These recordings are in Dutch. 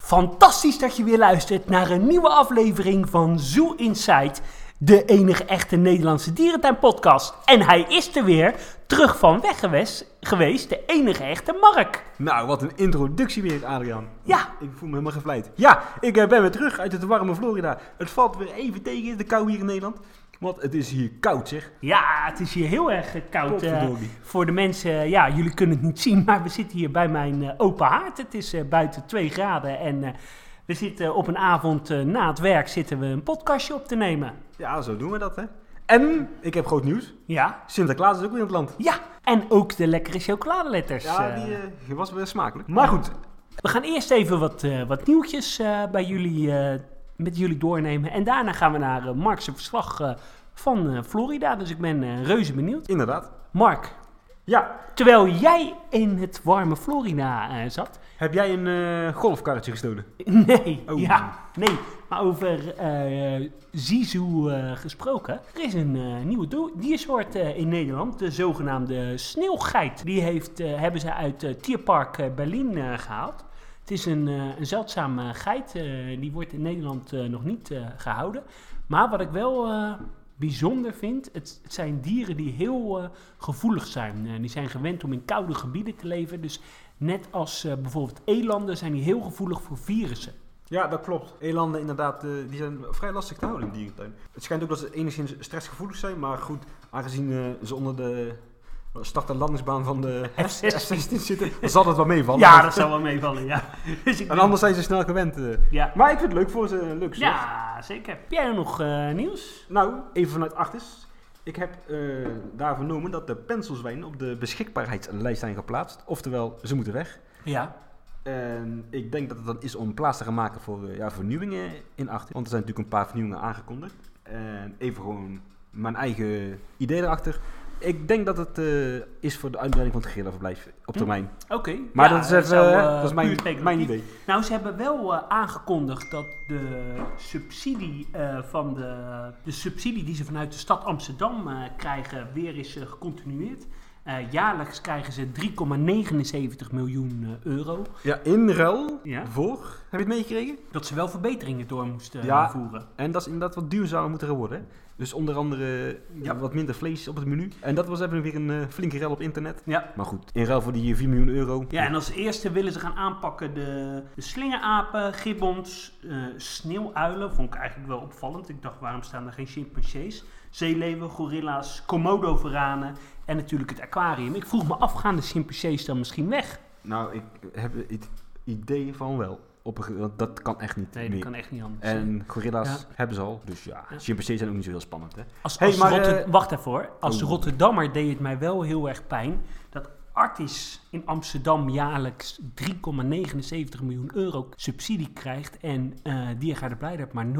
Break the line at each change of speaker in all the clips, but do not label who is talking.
Fantastisch dat je weer luistert naar een nieuwe aflevering van Zoo Inside, de enige echte Nederlandse dierentuinpodcast. En hij is er weer, terug van weg geweest, geweest de enige echte Mark.
Nou, wat een introductie weer, Adriaan.
Ja.
Ik voel me helemaal gevleid. Ja, ik eh, ben weer terug uit het warme Florida. Het valt weer even tegen, de kou hier in Nederland. Want het is hier koud, zeg.
Ja, het is hier heel erg eh, koud eh,
Potverdorie.
voor de mensen. eh, Ja, jullie kunnen het niet zien, maar we zitten hier bij mijn eh, open haard. Het is eh, buiten 2 graden en eh, we zitten op een avond eh, na het werk zitten we een podcastje op te nemen.
Ja, zo doen we dat, hè. En, ik heb groot nieuws.
Ja,
Sinterklaas is ook weer in het land.
Ja, en ook de lekkere chocoladeletters.
Ja,
eh.
die eh, was weer smakelijk. Maar goed,
We gaan eerst even wat, eh, wat nieuwtjes eh, bij jullie, eh, met jullie doornemen. En daarna gaan we naar eh, Mark's verslag eh, van eh, Florida. Dus ik ben eh, reuze benieuwd.
inderdaad.
Mark,
Ja,
terwijl jij in het warme Florida eh, zat.
heb jij een eh, golfkarretje gestolen?
Nee,
Oh.
ja, nee. Maar over eh Zizu eh, gesproken. Er is een eh, nieuwe doe- diersoort eh, in Nederland, de zogenaamde sneeuwgeit. Die heeft, eh, hebben ze uit eh, Tierpark eh, Berlin eh, gehaald. Het is een, eh, een zeldzame geit, eh, die wordt in Nederland eh, nog niet eh, gehouden. Maar wat ik wel eh, bijzonder vind, het, het zijn dieren die heel eh, gevoelig zijn. Eh, die zijn gewend om in koude gebieden te leven. Dus net als eh, bijvoorbeeld elanden zijn die heel gevoelig voor virussen.
Ja, dat klopt. Elanden inderdaad, eh, die zijn vrij lastig te houden in de dierentuin. Het schijnt ook dat ze enigszins stressgevoelig zijn, maar goed, aangezien eh, ze onder de eh, start- en landingsbaan van de
F16.
F16 zitten, dan zal dat wel meevallen.
Ja, dat zou wel meevallen, ja. Dus ik
En anders zijn ze snel gewend. eh.
Ja.
Maar ik vind het leuk voor ze, leuk zeg.
ja, zeker. Heb jij nog eh, nieuws?
Nou, even vanuit achters. Ik heb eh, daar vernomen dat de penselzwijnen op de beschikbaarheidslijst zijn geplaatst. Oftewel, ze moeten weg.
Ja.
En Ehm, ik denk dat het dan is om plaats te gaan maken voor eh, ja, vernieuwingen in achter. Want er zijn natuurlijk een paar vernieuwingen aangekondigd. En even gewoon mijn eigen idee erachter. Ik denk dat het eh, is voor de uitbreiding van het gorillaverblijf op termijn.
Oké.
Maar
Hm? Ja,
dat is even,
zou,
eh,
eh,
dat is
puur
mijn,
speculatief.
mijn idee.
Nou, ze hebben wel eh, aangekondigd dat de subsidie, eh, van de, de subsidie die ze vanuit de stad Amsterdam eh, krijgen, weer is eh, gecontinueerd. Eh, jaarlijks krijgen ze 3,79 miljoen eh, euro.
Ja, in ruil
Ja.
voor, heb je het meegekregen?
Dat ze wel verbeteringen door moesten eh,
Ja.
voeren.
En dat is inderdaad wat duurzamer moeten gaan worden. hè. Dus onder andere eh,
Ja.
wat minder vlees op het menu. En dat was even weer een eh, flinke rel op internet.
Ja.
Maar goed, in ruil voor die 4 miljoen euro.
Ja, en als eerste willen ze gaan aanpakken de, de slingerapen, gibbons, eh, sneeuwuilen. Vond ik eigenlijk wel opvallend. Ik dacht, waarom staan er geen chimpansees? Zeeleeuwen, gorilla's, komodo-veranen en natuurlijk het aquarium. Ik vroeg me af, gaan de chimpansees dan misschien weg?
Nou, ik heb het idee van wel. Op een, ge- want dat kan echt niet.
Nee, dat
meer.
kan echt niet anders.
En gorilla's
Ja.
hebben ze al. Dus ja,
Ja.
chimpansees zijn ook niet zo heel spannend. Hè?
Als,
Hey,
als
maar,
Rotter-
eh,
Wacht even hoor. Als
oh.
Rotterdammer deed het mij wel heel erg pijn dat Artis in Amsterdam jaarlijks 3,79 miljoen euro subsidie krijgt en eh Diergaarde Blijdorp maar 0,8.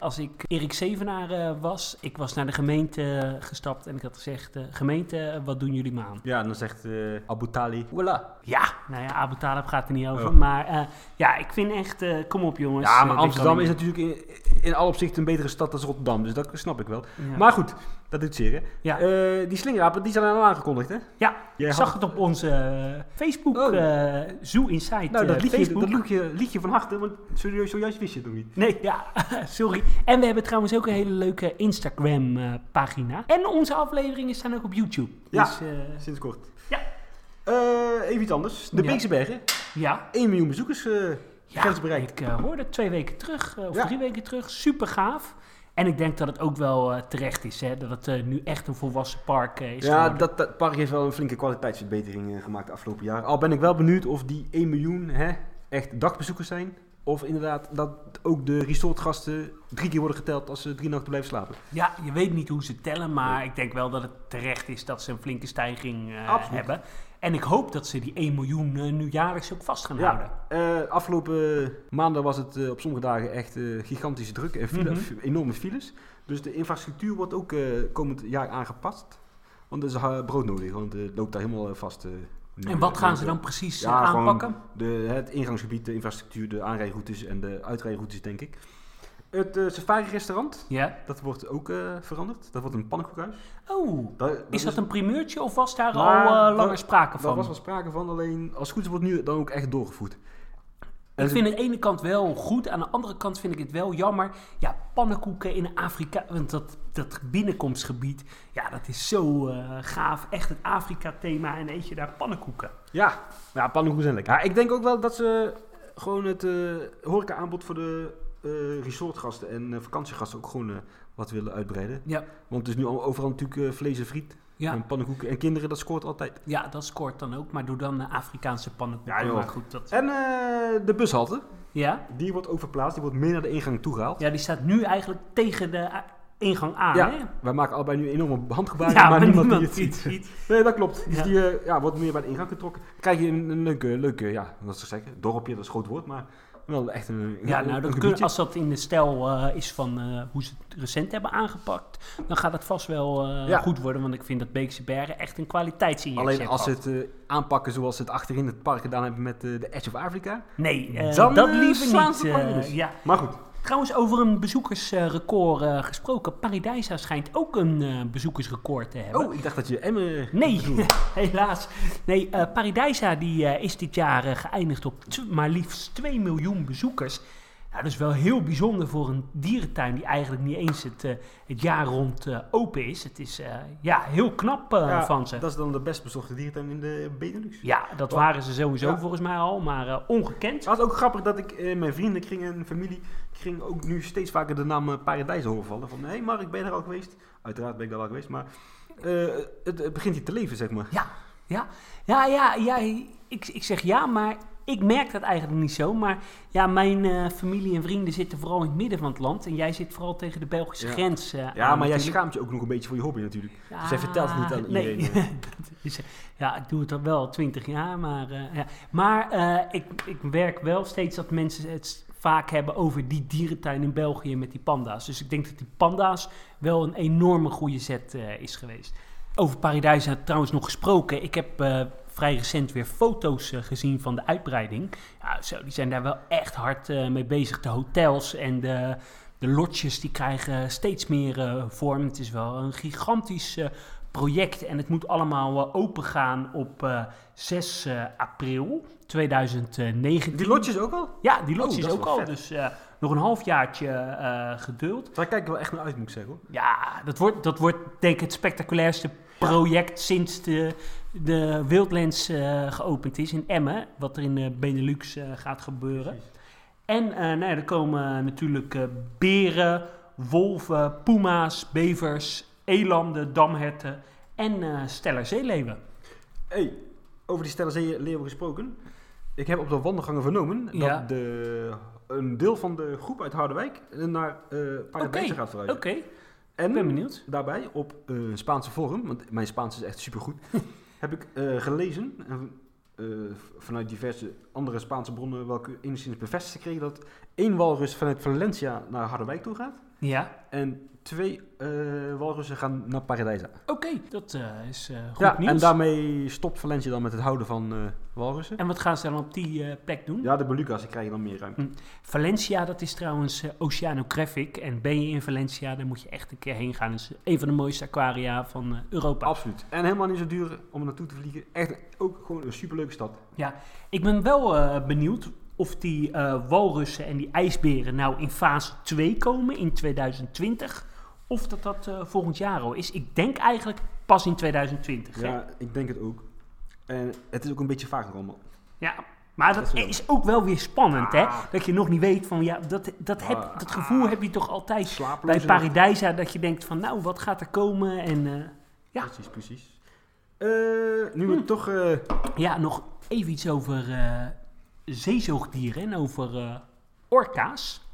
Als ik Erik Zevenaar eh, was, ik was naar de gemeente eh, gestapt en ik had gezegd, eh, gemeente, wat doen jullie me aan?
Ja, en dan zegt eh Abu Tali, voilà.
Ja, nou ja, Abu Talib gaat er niet over,
Oh.
maar eh, ja, ik vind echt, eh, kom op jongens.
Ja,
eh,
maar
dit
Amsterdam
kan
is
niet.
natuurlijk in, in alle opzichten een betere stad dan Rotterdam. Dus dat snap ik wel.
Ja.
Maar goed, dat doet zeer. Hè?
Ja.
Eh, die slingerapen, die zijn al aangekondigd, hè?
Ja,
Jij
ik
had-
zag het op onze eh, Facebook,
Oh.
eh Zoo Insight
Nou,
eh,
dat liedje,
Facebook.
dat liedje, liedje van harte, want serieus, zojuist wist je het nog niet.
Nee, ja, sorry. En we hebben trouwens ook een hele leuke Instagram-pagina. en onze afleveringen staan ook op YouTube.
Ja.
Dus, eh,
Sinds kort.
Ja.
Eh, even iets anders. De
Ja.
Beekse Bergen.
ja.
1 miljoen bezoekers eh
ja.
grens bereikt.
Ik eh, hoorde het twee weken terug, eh, of
Ja.
drie weken terug. Super gaaf. En ik denk dat het ook wel eh, terecht is, hè, dat het eh, nu echt een volwassen park eh, is.
Ja,
geworden.
dat, dat park heeft wel een flinke kwaliteitsverbetering eh, gemaakt de afgelopen jaren. Al ben ik wel benieuwd of die 1 miljoen hè, echt dagbezoekers zijn. Of inderdaad dat ook de resortgasten drie keer worden geteld als ze drie nachten blijven slapen.
ja, je weet niet hoe ze tellen, maar ik denk wel dat het terecht is dat ze een flinke stijging eh,
Absoluut.
hebben. En ik hoop dat ze die 1 miljoen eh, nu jaarlijks ook vast gaan houden.
eh, afgelopen maanden was het eh, op sommige dagen echt eh, gigantische druk en file,
Mhm.
f- enorme files. Dus de infrastructuur wordt ook eh, komend jaar aangepast. Want dat is eh, broodnodig, want eh, het loopt daar helemaal eh, vast. eh, nu.
En wat gaan ze dan precies eh,
Ja, gewoon
aanpakken?
De, het ingangsgebied, de infrastructuur, de aanrijroutes en de uitrijroutes, denk ik. Het eh, safari-restaurant,
Ja.
dat wordt ook eh, veranderd. Dat wordt een pannenkoekhuis.
Oh,
Da-
Is dat een primeurtje of was daar
Nou,
al eh,
dat-
langer sprake
Daar
van?
was wel sprake van, alleen als het goed is wordt nu dan ook echt doorgevoerd.
Ik
En-
vind aan de ene kant wel goed, aan de andere kant vind ik het wel jammer. Ja, pannenkoeken in Afrika, want dat, dat binnenkomstgebied, ja, dat is zo eh, gaaf. Echt het Afrika-thema en eet je daar pannenkoeken.
Ja, ja pannenkoeken zijn lekker. Ja, ik denk ook wel dat ze gewoon het eh horeca-aanbod voor de eh, resortgasten en eh, vakantiegasten ook gewoon eh, wat willen uitbreiden.
Ja,
Want het is nu al- overal natuurlijk eh, vlees en friet
ja,
en pannenkoeken en kinderen, dat scoort altijd.
ja, dat scoort dan ook, maar doe dan eh, Afrikaanse pannenkoeken.
Ja, joh.
maar goed, dat...
En eh, de bushalte,
Ja?
die wordt ook verplaatst, die wordt meer naar de ingang toegehaald.
ja, die staat nu eigenlijk tegen de a- ingang aan,
Ja,
hè?
wij maken allebei nu enorme handgebaren,
Ja,
maar, niemand, die het
ziet-
ziet.
ziet.
Nee, dat klopt. Dus
Ja.
die eh, ja, wordt meer bij de ingang getrokken. Dan krijg je een, een leuke, leuke, ja, wat zou ik zeggen, dorpje, dat is een groot woord, maar wel echt een
Ja,
een-
nou,
een
dat kun,
gebiedje.
als dat in de stijl eh, is van eh, hoe ze het recent hebben aangepakt, dan gaat het vast wel eh,
Ja.
goed worden. Want ik vind dat Beekse Bergen echt een kwaliteitsinjectie
Alleen als ze
heeft
het eh, aanpakken zoals ze het achterin het park gedaan hebben met eh, de Edge of Africa.
gehad. Nee, eh,
dan,
dat
eh,
liever
slaan
niet.
ze
eh,
Parijs.
ja.
Maar goed,
Trouwens, over een bezoekersrecord eh, gesproken. Paradijsa schijnt ook een eh, bezoekersrecord te hebben.
oh, ik dacht dat je Emmen...
Nee,
bedoelde.
helaas. Nee, eh Paradijsa die, eh, is dit jaar eh, geëindigd op tw- maar liefst 2 miljoen bezoekers. Nou, dat is wel heel bijzonder voor een dierentuin die eigenlijk niet eens het, eh, het jaar rond eh, open is. Het is eh, ja, heel knap eh,
Ja,
van ze.
Dat is dan de best bezochte dierentuin in de Benelux.
Ja, dat waren ze sowieso
Ja.
volgens mij al, maar eh, ongekend.
Het was ook grappig dat ik eh, mijn vriendenkring en familie ging ook nu steeds vaker de naam eh, Paradijs horen vallen. Van, hé hey Mark, ben je daar al geweest? Uiteraard ben ik daar al geweest, maar eh, het, het begint hier te leven, zeg maar.
Ja, ja, ja, ja, ja ik, ik zeg ja, maar ik merk dat eigenlijk niet zo. Maar ja, mijn eh, familie en vrienden zitten vooral in het midden van het land. En jij zit vooral tegen de Belgische
Ja.
grens eh,
Ja,
aan
maar jij
natuurlijk.
schaamt je ook nog een beetje voor je hobby natuurlijk. Dus jij
Ah,
vertelt het niet aan
nee.
iedereen.
Dat is- ja, ik doe het al wel twintig jaar, maar, eh, ja. maar eh, ik, ik werk wel steeds dat mensen het vaak hebben over die dierentuin in België met die panda's. Dus ik denk dat die panda's wel een enorme goede zet eh, is geweest. Over Paradijsa trouwens nog gesproken. Ik heb eh, vrij recent weer foto's eh, gezien van de uitbreiding. Ja, zo, die zijn daar wel echt hard eh, mee bezig. De hotels en de, de lodges die krijgen steeds meer eh, vorm. Het is wel een gigantisch eh, project en het moet allemaal eh, opengaan op eh, 6 eh, april 2019.
Die lotjes ook al?
Ja, die lodge
Oh,
is
dat is
ook
wel
al.
vet.
Dus eh, nog een halfjaartje eh geduld.
Daar kijk ik wel echt naar uit, moet ik zeggen hoor.
Ja, dat wordt, dat wordt denk ik het spectaculairste project sinds de, de Wildlands eh, geopend is in Emmen. Wat er in de Benelux eh, gaat gebeuren. En eh, nou ja, er komen natuurlijk eh, beren, wolven, puma's, bevers, elanden, damherten en eh steller
Oh
zeeleeuwen.
Hey, over die stellenzeeleeuwen gesproken. Ik heb op de wandelgangen vernomen
Ja.
dat de, een deel van de groep uit Harderwijk naar eh Paradijs
Oké,
gaat
Oké,
verhuizen.
ik ben
En
benieuwd.
daarbij op eh, een Spaanse forum, want mijn Spaans is echt supergoed, heb ik eh, gelezen en, eh, vanuit diverse andere Spaanse bronnen welke enigszins bevestigd gekregen dat één walrus vanuit Valencia naar Harderwijk toe gaat
Ja,
en twee eh, walrussen gaan naar Paradijs.
oké. Dat eh, is eh, goed
Ja,
nieuws.
en daarmee stopt Valencia dan met het houden van eh, walrussen.
En wat gaan ze dan op die eh, plek doen?
Ja, de Beluga's die krijgen dan meer ruimte.
Valencia, dat is trouwens eh, Oceanographic. En ben je in Valencia, dan moet je echt een keer heen gaan. Dat is een van de mooiste aquaria van eh, Europa.
Absoluut. En helemaal niet zo duur om naartoe te vliegen. Echt ook gewoon een superleuke stad.
Ik ben wel eh, benieuwd of die eh, walrussen en die ijsberen nou in fase 2 komen in 2020. Of dat dat eh, volgend jaar al is. Ik denk eigenlijk pas in 2020. hè?
Ja, ik denk het ook. En het is ook een beetje vaag allemaal.
ja. Maar dat
Dat is wel-
is ook wel weer spannend, hè?
Ah.
Dat je nog niet weet van, ja, dat, dat, heb,
Ah.
dat gevoel heb je toch altijd bij
Slapeloos.
Paradijsa. Dat je denkt van, nou, wat gaat er komen? En eh, ja.
Precies, precies. Eh, nu we toch... eh,
Ja, nog even iets over eh zeezoogdieren en over eh, orka's.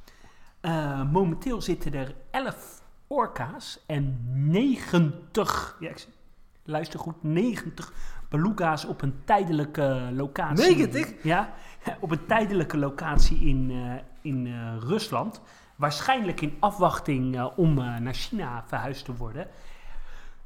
Eh, momenteel zitten er 11 orka's en 90, ja, ik z- luister goed, 90 beluga's op een tijdelijke locatie.
90?
Ja, op een tijdelijke locatie in, eh, in eh, Rusland. Waarschijnlijk in afwachting eh, om eh, naar China verhuisd te worden.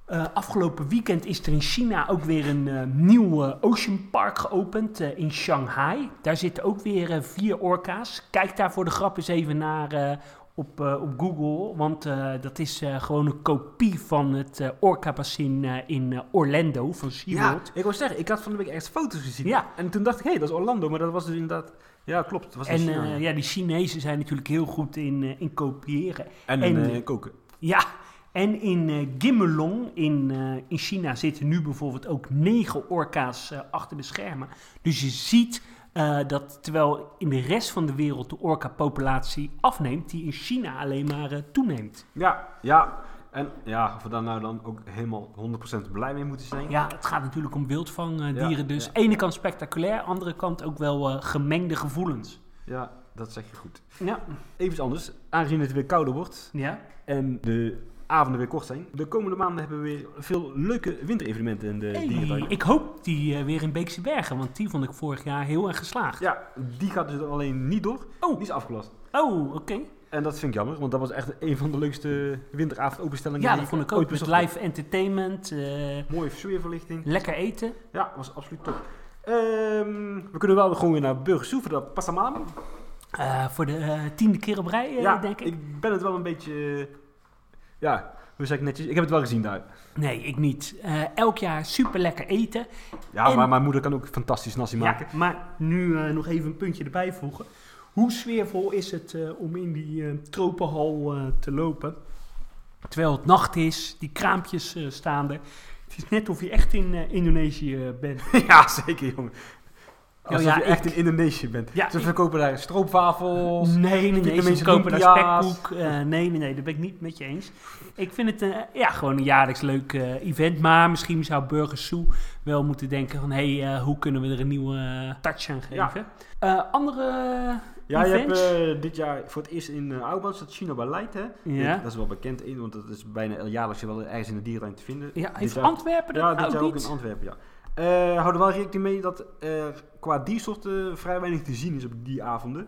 Eh, afgelopen weekend is er in China ook weer een eh, nieuw eh, Ocean Park geopend eh, in Shanghai. Daar zitten ook weer eh, vier orka's. Kijk daar voor de grap eens even naar eh, op, eh, op Google, want eh, dat is eh, gewoon een kopie van het eh orka-bassin eh, in eh, Orlando van
ja,
SeaWorld.
ik wou zeggen, ik had van de week echt foto's gezien.
Ja.
En toen dacht ik, hé, dat is Orlando. Maar dat was dus inderdaad Ja, klopt. Het was in
En
China,
eh,
ja.
ja, die Chinezen zijn natuurlijk heel goed in, eh, in kopiëren.
en
en-
eh, koken.
Ja, en in eh Gimmelong in, eh, in China zitten nu bijvoorbeeld ook negen orka's eh, achter de schermen. Dus je ziet eh, dat terwijl in de rest van de wereld de orka-populatie afneemt, die in China alleen maar eh, toenemt.
Ja, ja. En ja, of we daar nou dan ook helemaal 100% blij mee moeten zijn.
Ja, het gaat natuurlijk om wildvang eh, dieren, dus
ja.
ene kant spectaculair, andere kant ook wel eh, gemengde gevoelens.
Ja, dat zeg je goed.
Ja,
Even iets anders. Aangezien het weer kouder wordt
ja.
en de avonden weer kort zijn. De komende maanden hebben we weer veel leuke winterevenementen in de
Hey,
dierentuin.
ik hoop die eh, weer in Beekse Bergen, want die vond ik vorig jaar heel erg geslaagd.
Ja, die gaat dus alleen niet door.
Oh.
Die is afgelast.
Oh, oké.
En dat vind ik jammer, want dat was echt een van de leukste winteravondopenstellingen.
Ja,
die
dat
ik
vond ik
ooit
ook. Met
bezocht heb.
live entertainment, eh,
Mooie sfeerverlichting.
lekker eten.
Ja, was absoluut top. Ehm, we kunnen wel gewoon weer naar Burgersoe voor dat Passamama.
Eh, voor de eh, tiende keer op rij, eh, denk ik.
ben het wel een beetje... eh, Ja, hoe zeg ik netjes? Ik heb het wel gezien daar.
Nee, ik niet. Eh, elk jaar super lekker eten.
Ja,
En-
maar mijn moeder kan ook fantastisch nasi maken.
Ja, maar nu eh, nog even een puntje erbij voegen. Hoe sfeervol is het eh, om in die eh, tropenhal eh, te lopen? Terwijl het nacht is, die kraampjes eh, staan er. Het is net of je echt in eh, Indonesië eh, bent.
Ja, zeker jongen. Als
ja,
je echt in Indonesië bent.
Ja,
Ze
ik-
verkopen daar stroopwafels.
Nee, nee, nee. Ze
Vietnamese
kopen daar
lumpia's.
spekkoek. Eh, nee, nee, nee. Daar ben ik niet met je eens. Ik vind het eh, ja, gewoon een jaarlijks leuk eh, event. Maar misschien zou Burgers Zoo wel moeten denken van... hé, hey, eh, hoe kunnen we er een nieuwe eh, touch aan
Ja.
geven? Eh, andere
Ja, je hebt
events?
eh, dit jaar voor het eerst in uh, dat China bij Leid, hè?
Ja.
Dat is wel bekend in, want dat is bijna jaarlijks wel ergens in de dierentuin te vinden.
ja,
dit
heeft
jaar-
Antwerpen dat
Ja, dit
nou
jaar
ook
ook in
niet?
Antwerpen, ja. Eh hou er wel rekening mee dat er qua diersoorten eh, vrij weinig te zien is op die avonden.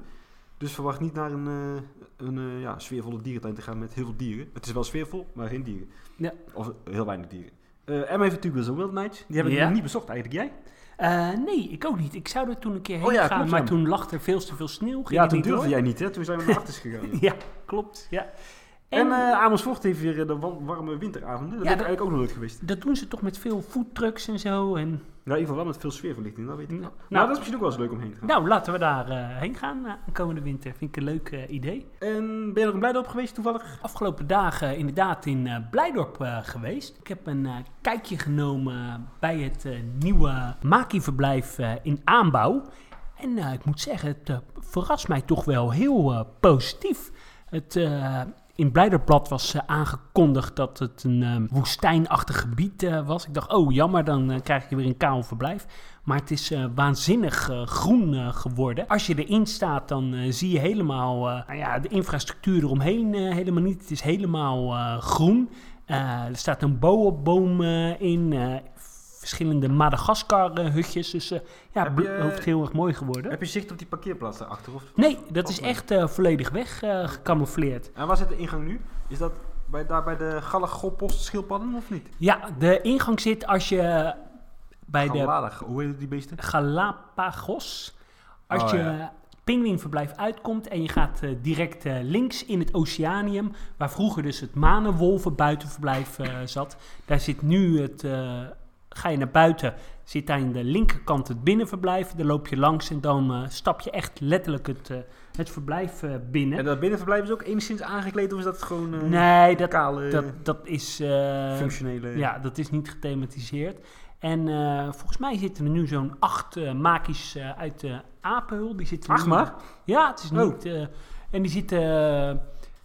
Dus verwacht niet naar een, eh, een eh, ja, sfeervolle dierentuin te gaan met heel veel dieren. Het is wel sfeervol, maar geen dieren.
Ja.
Of heel weinig dieren. Eh Emma heeft natuurlijk wel zo'n Wild Nights. Die heb ik
Ja.
nog niet bezocht eigenlijk. Jij?
Eh, nee, ik ook niet. Ik zou er toen een keer heen
Oh ja,
gaan,
klopt,
maar
ja.
toen lag er veel te veel sneeuw. Ging
ja,
het
toen
niet
durfde
door.
jij niet, hè? Toen zijn we naar achteren gegaan. ja.
Ja, klopt. Ja.
En eh Amersfoort heeft weer eh, de wa- warme winteravonden. Dat
Ja,
ben ik
dat-
eigenlijk ook nog nooit geweest.
dat doen ze toch met veel foodtrucks en zo. En
Nou, in ieder geval wel met veel sfeerverlichting, dat weet ik.
Nou.
maar dat is misschien ook wel eens leuk om heen te gaan.
Nou, laten we daar eh, heen gaan eh, komende winter. Vind ik een leuk eh, idee.
En ben je er blij op geweest toevallig?
Afgelopen dagen inderdaad in eh, Blijdorp eh, geweest. Ik heb een eh, kijkje genomen bij het eh, nieuwe Maki-verblijf eh, in aanbouw. En eh, ik moet zeggen, het eh, verrast mij toch wel heel eh, positief. Het, eh, in Blijderblad was eh, aangekondigd dat het een eh, woestijnachtig gebied eh, was. Ik dacht, oh jammer, dan eh, krijg je weer een kaal verblijf. Maar het is eh, waanzinnig eh, groen eh, geworden. Als je erin staat, dan eh, zie je helemaal eh, nou ja, de infrastructuur eromheen eh, helemaal niet. Het is helemaal eh, groen. Eh, er staat een boa-boom eh, in. eh, verschillende Madagaskar-hutjes. Dus eh, ja,
Heb
bl-
je-
hoofd heel erg mooi geworden.
Heb je zicht op die parkeerplaats daarachter? Of...
Nee, dat is echt eh, volledig weggecamoufleerd.
En waar zit de ingang nu? Is dat bij, daar bij de Gallegoppost schildpadden of niet?
ja, de ingang zit als je bij de
Galalig, hoe heet die beesten?
Galapagos, als
Oh,
je
ja.
pinguïnverblijf uitkomt en je gaat eh, direct eh, links in het oceanium, waar vroeger dus het manenwolven buitenverblijf eh, zat. Daar zit nu het, eh, ga je naar buiten, zit daar in de linkerkant het binnenverblijf. Daar loop je langs en dan eh, stap je echt letterlijk het, eh, het verblijf eh, binnen.
En dat binnenverblijf is ook enigszins aangekleed of is dat gewoon eh,
nee, dat,
kale,
dat, dat is... eh,
functionele...
Ja, dat is niet gethematiseerd. En eh, volgens mij zitten er nu zo'n acht eh makies eh, uit de apenhul. Die zitten
Acht
nu-
maar?
Ja, het is
Oh.
niet... eh, en die zitten eh,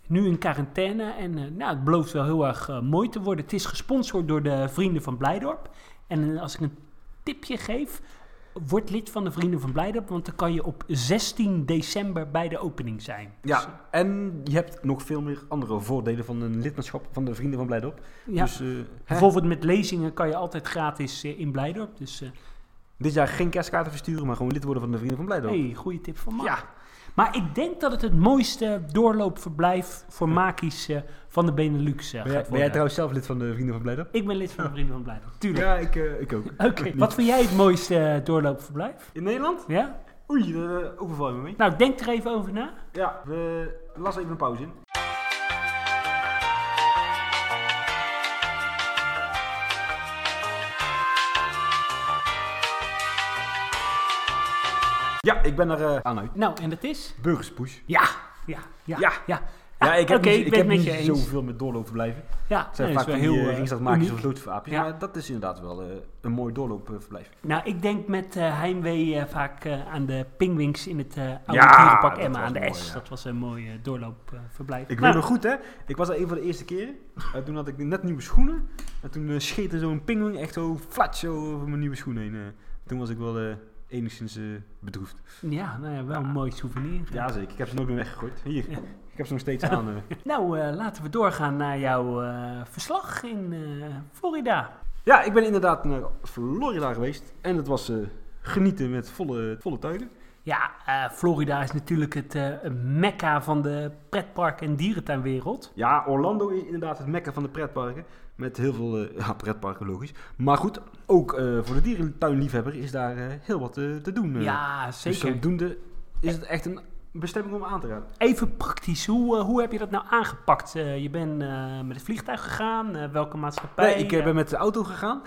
nu in quarantaine. En eh, nou, het belooft wel heel erg eh, mooi te worden. Het is gesponsord door de Vrienden van Blijdorp. En eh, als ik een tipje geef... Word lid van de Vrienden van Blijdorp, want dan kan je op 16 december bij de opening zijn. Dus,
Ja, en je hebt nog veel meer andere voordelen van een lidmaatschap van de Vrienden van Blijdorp.
ja.
Dus eh, hè,
Bijvoorbeeld met lezingen kan je altijd gratis eh, in Blijdorp. Dus eh,
dit jaar geen kerstkaarten versturen, maar gewoon lid worden van de Vrienden van Blijdorp.
Hey, goede tip van Mark.
Ja.
Maar ik denk dat het het mooiste doorloopverblijf voor Makies eh, van de Benelux eh,
Ben
gaat
jij, ben jij
worden.
trouwens zelf lid van de Vrienden van Blijdorp?
ik ben lid van de Vrienden van Blijdorp. Tuurlijk.
Ja, ik, eh, ik ook.
Oké,
Niet.
wat vind jij het mooiste eh, doorloopverblijf?
In Nederland?
Ja?
Oei, daar uh, overval je me mee.
Nou, denk er even over na.
Ja, we lassen even een pauze in. Ja, ik ben er eh, aan uit.
Nou, en dat is?
Burgerspoes.
Ja, ja, ja,
Ja.
ja. ja.
Ja, ik heb
oké,
niet,
ik
ik
ben
heb
het met
niet
je eens.
zoveel met doorlopen blijven.
Ja,
Het zijn
nee,
vaak
dat is wel
van die
heel
eh,
eh,
ringstartmakers
uniek.
of loodverapjes.
Ja.
Maar dat is inderdaad wel eh, een mooi doorloopverblijf.
Nou, ik denk met eh, heimwee eh, vaak eh, aan de pingwings in het eh oude
Ja,
dierenpak
dat
Emma
was
aan de
mooi,
S.
ja.
Dat was een mooi eh, doorloopverblijf.
Ik weet
Nou,
nog goed, hè? Ik was er een van de eerste keren. Eh, toen had ik net nieuwe schoenen. En toen eh, scheet er zo'n pingwing echt zo flat zo over mijn nieuwe schoenen heen. eh. toen was ik wel eh, enigszins eh, bedroefd.
Ja, nou ja, wel een mooi souvenir.
Jazeker, ik heb ze nooit meer weggegooid. Hier,
Ja.
ik heb ze nog steeds aan. eh.
Nou, eh, laten we doorgaan naar jouw eh, verslag in eh, Florida.
Ja, ik ben inderdaad naar Florida geweest. En het was eh, genieten met volle, volle tuigen.
Ja, eh, Florida is natuurlijk het eh mekka van de pretpark- en dierentuinwereld.
Ja, Orlando is inderdaad het mekka van de pretparken. Met heel veel eh, ja, pretparken, logisch. Maar goed, ook eh, voor de dierentuinliefhebber is daar eh, heel wat eh, te doen. eh.
Ja,
Dus
zeker.
zodoende is het echt een bestemming om aan te raden.
Even praktisch, hoe, eh, hoe heb je dat nou aangepakt? Eh, je bent eh, met het vliegtuig gegaan, eh, welke maatschappij?
Nee, ik eh,
Eh,
ben met de auto gegaan.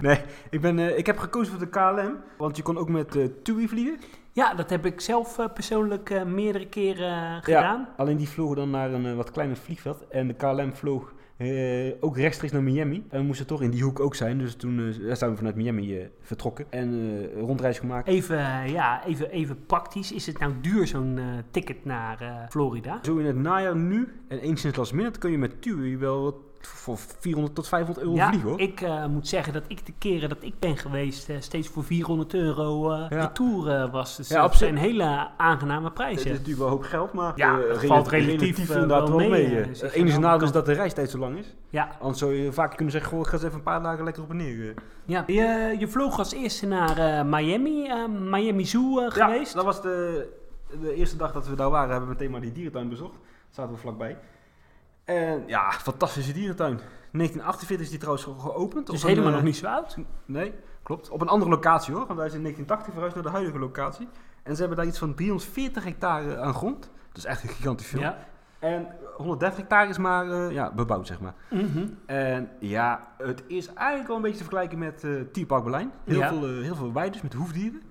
nee, ik, ben, eh, ik heb gekozen voor de KLM. Want je kon ook met eh TUI vliegen.
Ja, dat heb ik zelf eh, persoonlijk eh, meerdere keren eh, gedaan.
Alleen die vlogen dan naar een eh, wat kleiner vliegveld. En de KLM vloog eh, ook rechtstreeks naar Miami. En we moesten toch in die hoek ook zijn. Dus toen eh, zijn we vanuit Miami eh, vertrokken. En eh, rondreis gemaakt.
Even, eh, ja, even, even praktisch, is het nou duur zo'n eh, ticket naar eh, Florida?
Zo in het najaar nu en enigszins last minute kun je met TUI wel wat voor 400 tot 500 euro
ja,
vliegen hoor.
ik eh, moet zeggen dat ik de keren dat ik ben geweest eh, steeds voor 400 euro eh
Ja.
de tour eh, was. Dus
Ja,
dat
op zich-
zijn hele aangename
Het is
prijzen.
natuurlijk wel een hoop geld, maar
Ja,
eh,
het
rela-
valt relatief, eh,
inderdaad
wel
wel
mee,
mee.
eh,
eh.
dus
Het
ik vind
enige
aan de
nadeel is
kant-
dat de reistijd zo lang is.
Ja,
Anders zou je vaak kunnen zeggen, goh, ga eens even een paar dagen lekker op en neer. eh.
ja. Je, je vloog als eerste naar eh, Miami, eh, Miami Zoo eh,
Ja,
geweest.
dat was de, de eerste dag dat we daar waren, hebben we meteen maar die dierentuin bezocht. Zaten we vlakbij. En ja, fantastische dierentuin. 1948 is die trouwens ge- geopend.
dus
Op een,
helemaal
eh,
nog niet zo oud.
Nee, klopt. Op een andere locatie hoor, want hij is in 1980 verhuisd naar de huidige locatie. En ze hebben daar iets van 340 hectare eh, aan grond. Dat is echt een gigantisch veel.
Ja.
En 130 hectare is maar eh, ja, bebouwd, zeg maar.
Mhm.
En ja, het is eigenlijk wel een beetje te vergelijken met eh Tierpark Berlijn. Heel,
Ja.
veel, eh, heel veel weides met hoefdieren.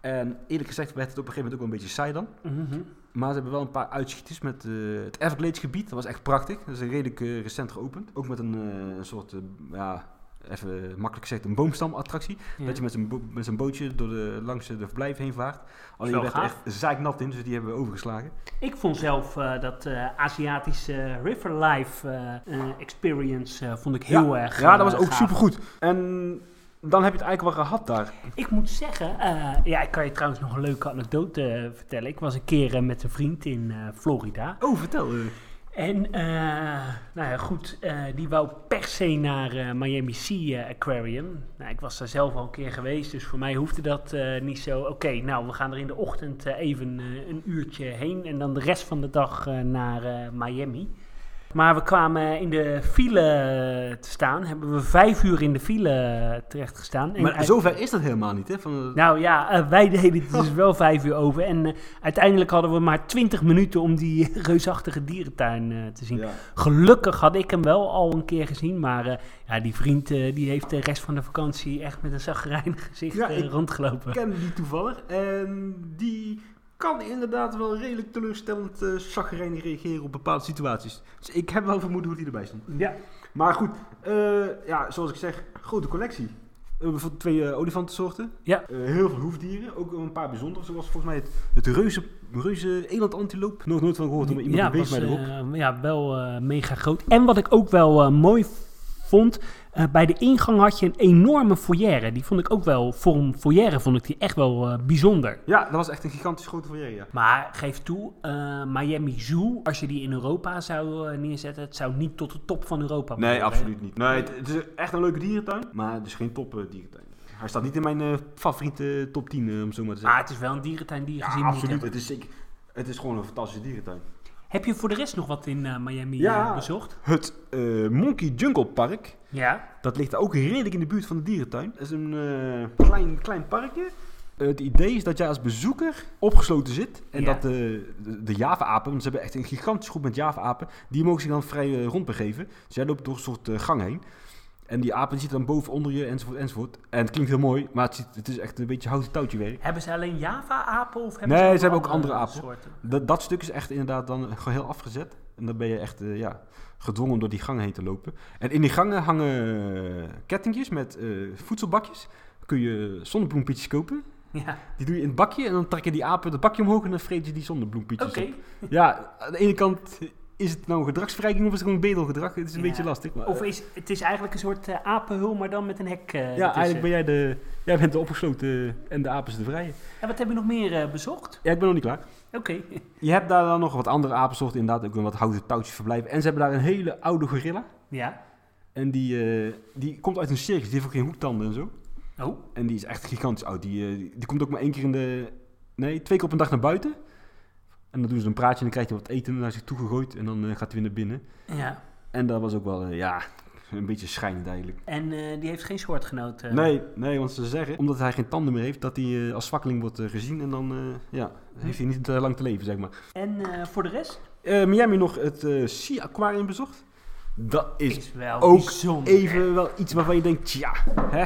En eerlijk gezegd werd het op een gegeven moment ook wel een beetje saai dan.
mhm.
Maar ze hebben wel een paar uitschieters met eh, het Everglades gebied. Dat was echt prachtig. Dat is redelijk eh, recent geopend. Ook met een, eh, een soort, eh, ja, even makkelijk gezegd, een boomstamattractie.
Ja.
Dat je met zo'n bo- met zo'n bootje door de, langs de verblijf heen vaart. Alleen
wel
je werd er
gaaf.
echt zeiknat in, dus die hebben we overgeslagen.
Ik vond zelf eh, dat eh, Aziatische River Life eh, eh, Experience eh, vond ik heel erg
Ja,
eh,
dat was ook
gaaf.
supergoed. En dan heb je het eigenlijk wel gehad daar.
Ik moet zeggen, eh, ja, ik kan je trouwens nog een leuke anekdote eh, vertellen. Ik was een keer eh, met een vriend in eh, Florida.
Oh, vertel. eh.
En, eh, nou ja, goed, eh, die wou per se naar eh, Miami Sea eh, Aquarium. Nou, ik was daar zelf al een keer geweest, dus voor mij hoefde dat eh, niet zo. Oké, nou, we gaan er in de ochtend eh, even eh, een uurtje heen en dan de rest van de dag eh, naar eh, Miami. Maar we kwamen eh, in de file eh, te staan, hebben we vijf uur in de file eh, terecht gestaan. En
maar
uit-
zover is dat helemaal niet, hè? Van, eh,
nou ja, eh, wij deden het dus wel vijf uur over. En eh, uiteindelijk hadden we maar twintig minuten om die reusachtige dierentuin eh, te zien.
ja.
Gelukkig had ik hem wel al een keer gezien. Maar eh, ja, die vriend eh, die heeft de rest van de vakantie echt met een zagrijnig gezicht
Ja,
eh,
ik-
rondgelopen.
Ik ken die toevallig. En die kan inderdaad wel redelijk teleurstellend eh chagrijnig reageren op bepaalde situaties. Dus ik heb wel vermoeden hoe die erbij stond.
Ja,
Maar goed, eh, ja, zoals ik zeg, grote collectie. We hebben bijvoorbeeld twee eh, olifantensoorten.
Ja.
Eh, heel veel hoefdieren. Ook een paar bijzondere, zoals volgens mij het, het reuze, reuze elandantiloop. Nog nooit van gehoord, maar iemand
ja,
wees
was,
mij erop.
eh, ja, wel eh, mega groot. En wat ik ook wel eh, mooi vond, eh, bij de ingang had je een enorme foyer. Die vond ik ook wel, voor een foyer vond ik die echt wel eh, bijzonder.
Ja, dat was echt een gigantisch grote foyer, ja.
Maar geef toe, eh, Miami Zoo, als je die in Europa zou eh, neerzetten, het zou niet tot de top van Europa
Nee,
behoren, hè?
absoluut niet. Nee, het, het is echt een leuke dierentuin, maar het is geen top eh, dierentuin. Hij staat niet in mijn eh, favoriete top 10, eh, om zo maar te
Maar
zeggen.
het is wel een dierentuin die je Ah, gezien
ja,
moet
absoluut.
hebben.
Het is, ik, het is gewoon een fantastische dierentuin.
Heb je voor de rest nog wat in eh, Miami
Ja.
eh, bezocht?
Het eh, Monkey Jungle Park,
Ja.
dat ligt ook redelijk in de buurt van de dierentuin. Het is een eh, klein, klein parkje. Eh, Het idee is dat jij als bezoeker opgesloten zit en
Ja.
dat de, de, de Java-apen, want ze hebben echt een gigantische groep met Java-apen, die mogen zich dan vrij eh, rondbegeven. Dus jij loopt door een soort eh, gang heen. En die apen zitten dan boven onder je enzovoort enzovoort. En het klinkt heel mooi, maar het, ziet- het is echt een beetje houten touwtje werk.
Hebben ze alleen Java-apen of hebben
Nee,
ze,
ze hebben ook andere apen.
soorten?
Dat, dat stuk is echt inderdaad dan gewoon heel afgezet. En dan ben je echt eh, ja, gedwongen om door die gangen heen te lopen. En in die gangen hangen kettingjes met eh, voedselbakjes. Dan kun je zonnebloempietjes kopen.
Ja,
Die doe je in het bakje en dan trekken die apen het bakje omhoog en dan vreten ze die
oké.
zonnebloempietjes op. Ja, aan de ene kant is het nou een gedragsverrijking of is het gewoon bedelgedrag? Het is een
Ja.
beetje lastig. maar,
Of
eh,
is, het is eigenlijk een soort eh, apenhul, maar dan met een hek eh,
ja,
ertussen.
eigenlijk ben jij de, jij bent de opgesloten en de apen zijn de vrije.
En wat heb je nog meer eh, bezocht?
Ja, ik ben nog niet klaar.
Oké.
Je hebt daar dan nog wat andere apensoorten, inderdaad ook een wat houten touwtjes verblijven. En ze hebben daar een hele oude gorilla.
ja.
En die, eh, die komt uit een circus, die heeft ook geen hoektanden en zo.
Oh,
En die is echt gigantisch oud. Die, eh, die komt ook maar één keer in de... Nee, twee keer op een dag naar buiten. En dan doen ze een praatje en dan krijgt hij wat eten naar zich toe gegooid. En dan eh, gaat hij weer naar binnen.
ja.
En dat was ook wel, eh, ja, een beetje schijnend eigenlijk.
En eh, die heeft geen soortgenoot? eh?
Nee, nee, want ze zeggen, omdat hij geen tanden meer heeft, dat hij eh, als zwakkeling wordt eh, gezien. En dan eh, ja, heeft hij niet eh, lang te leven, zeg maar.
En eh, voor de rest?
Eh, Miami nog het eh, Sea Aquarium bezocht. Dat is
Is wel
ook
bijzonder.
even wel iets waarvan je denkt, tja, hè?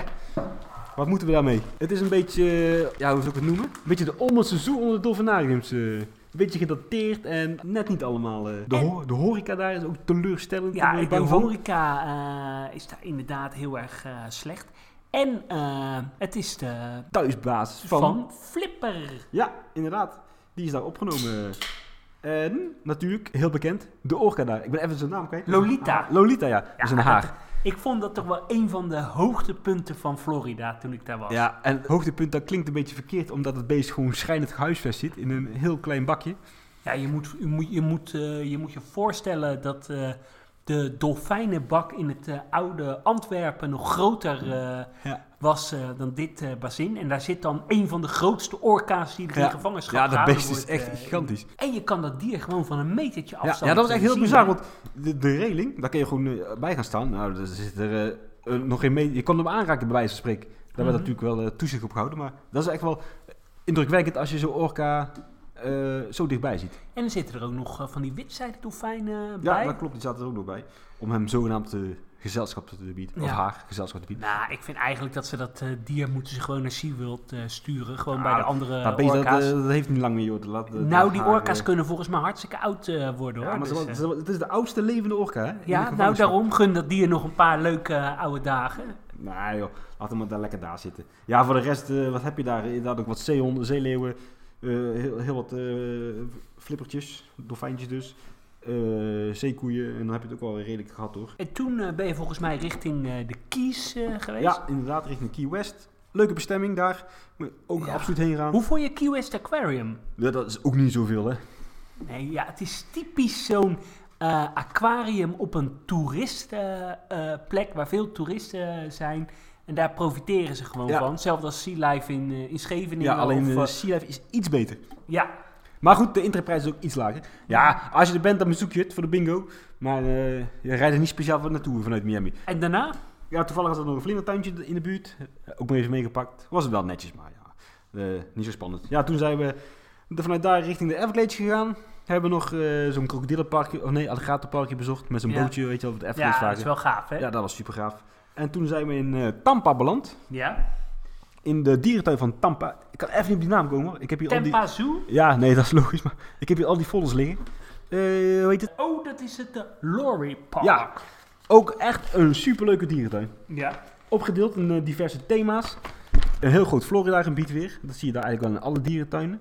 Wat moeten we daarmee? Het is een beetje, eh, ja, hoe zou ik het noemen? Een beetje de om het seizoen onder de dolfinariums. eh. een beetje gedateerd en net niet allemaal. eh. de,
En-
ho- de horeca daar is ook teleurstellend. daar
Ja,
ben ik
de
bang van.
horeca eh, is daar inderdaad heel erg eh, slecht. En eh, het is de
Thuisbasis
van,
van.
Flipper.
Ja, inderdaad. Die is daar opgenomen. En natuurlijk, heel bekend, de orca daar. Ik ben even zijn naam kwijt.
Lolita.
Ah, Lolita, ja. Dat is een haar.
Ik vond dat toch wel een van de hoogtepunten van Florida toen ik daar was.
Ja, en het hoogtepunt, dat klinkt een beetje verkeerd, omdat het beest gewoon schrijnend gehuisvest zit in een heel klein bakje.
Ja, je moet je, moet, je, moet, eh, je, moet je voorstellen dat eh, de dolfijnenbak in het eh, oude Antwerpen nog groter eh,
Ja.
was eh, dan dit eh bazin. En daar zit dan een van de grootste orka's die er
Ja.
in gevangenschap
Ja, dat
gehouden
beest is
wordt,
echt
eh,
gigantisch.
En je kan dat dier gewoon van een metertje
Ja,
afstand
ja, dat was echt
eh,
heel
zien,
bizar,
hè?
want de, de reling, daar kun je gewoon eh, bij gaan staan. Nou, daar zit er eh, eh, nog geen meter. Je kon hem aanraken, bij wijze van spreken. Daar werd
Mhm.
natuurlijk wel eh, toezicht op gehouden, maar dat is echt wel indrukwekkend als je zo'n orka eh, zo dichtbij ziet.
En er zitten er ook nog eh, van die witzijde dolfijnen
Ja,
bij.
dat klopt. Die zaten er ook nog bij. Om hem zogenaamd eh, gezelschap te bieden. Of
Ja.
haar gezelschap te bieden.
Nou, ik vind eigenlijk dat ze dat eh, dier moeten ze gewoon naar SeaWorld eh, sturen. Gewoon
Ah,
bij de andere
Maar beest, dat,
orka's.
eh, dat heeft niet lang meer, joh. Dat laat- dat
nou,
laat
die
haar,
orka's
eh,
kunnen volgens mij hartstikke oud eh, worden hoor.
Ja, maar ze
Dus,
wa-
eh,
ze wa- het is de oudste levende orka, hè? in de
ja nou
gevangenschap.
daarom gun dat dier nog een paar leuke eh, oude dagen.
Nou joh, laat hem maar daar lekker daar zitten. Ja, voor de rest, eh, wat heb je daar? Inderdaad ook wat zeehonden, zeeleeuwen. eh, heel, heel wat eh, flippertjes, dolfijntjes dus. eh, zeekoeien. En dan heb je het ook wel redelijk gehad, hoor.
En toen eh, ben je volgens mij richting eh, de Keys eh, geweest.
Ja, inderdaad, richting Key West. Leuke bestemming daar. Moet je ook
Ja.
absoluut heen gaan.
Hoe vond je Key West Aquarium?
Ja, dat is ook niet zoveel, hè?
Nee, ja, het is typisch zo'n eh, aquarium op een toeristenplek waar veel toeristen zijn. En daar profiteren ze gewoon
Ja.
van. Hetzelfde als Sea Life in, eh, in Scheveningen.
Ja, alleen
of,
de
eh,
Sea Life is iets beter.
ja,
Maar goed, de intraprijs is ook iets lager. Ja, als je er bent, dan bezoek je het voor de bingo. Maar eh, je rijdt er niet speciaal voor naartoe vanuit Miami.
en daarna?
Ja, toevallig had er nog een vlindertuintje in de buurt. Eh, Ook maar even meegepakt. Was het wel netjes, maar ja, eh, niet zo spannend. Ja, toen zijn we er vanuit daar richting de Everglades gegaan. Hebben we nog eh, zo'n krokodillenparkje, of nee, alligatorparkje bezocht. Met zo'n
Ja.
bootje, weet je wel, op de Everglades
Ja, dat
varen.
is wel gaaf, hè?
Ja, dat was super gaaf. En toen zijn we in eh, Tampa beland.
Ja.
In de dierentuin van Tampa. Ik kan even niet op die naam komen. hoor. Ik heb hier al die...
Tampa Zoo.
Ja, nee, dat is logisch, maar ik heb hier al die folders liggen. Eh hoe heet het?
Oh, dat is het eh, Lorry Park.
Ja. Ook echt een superleuke dierentuin.
Ja.
Opgedeeld in eh, diverse thema's. Een heel groot Florida-gebied weer. Dat zie je daar eigenlijk wel in alle dierentuinen.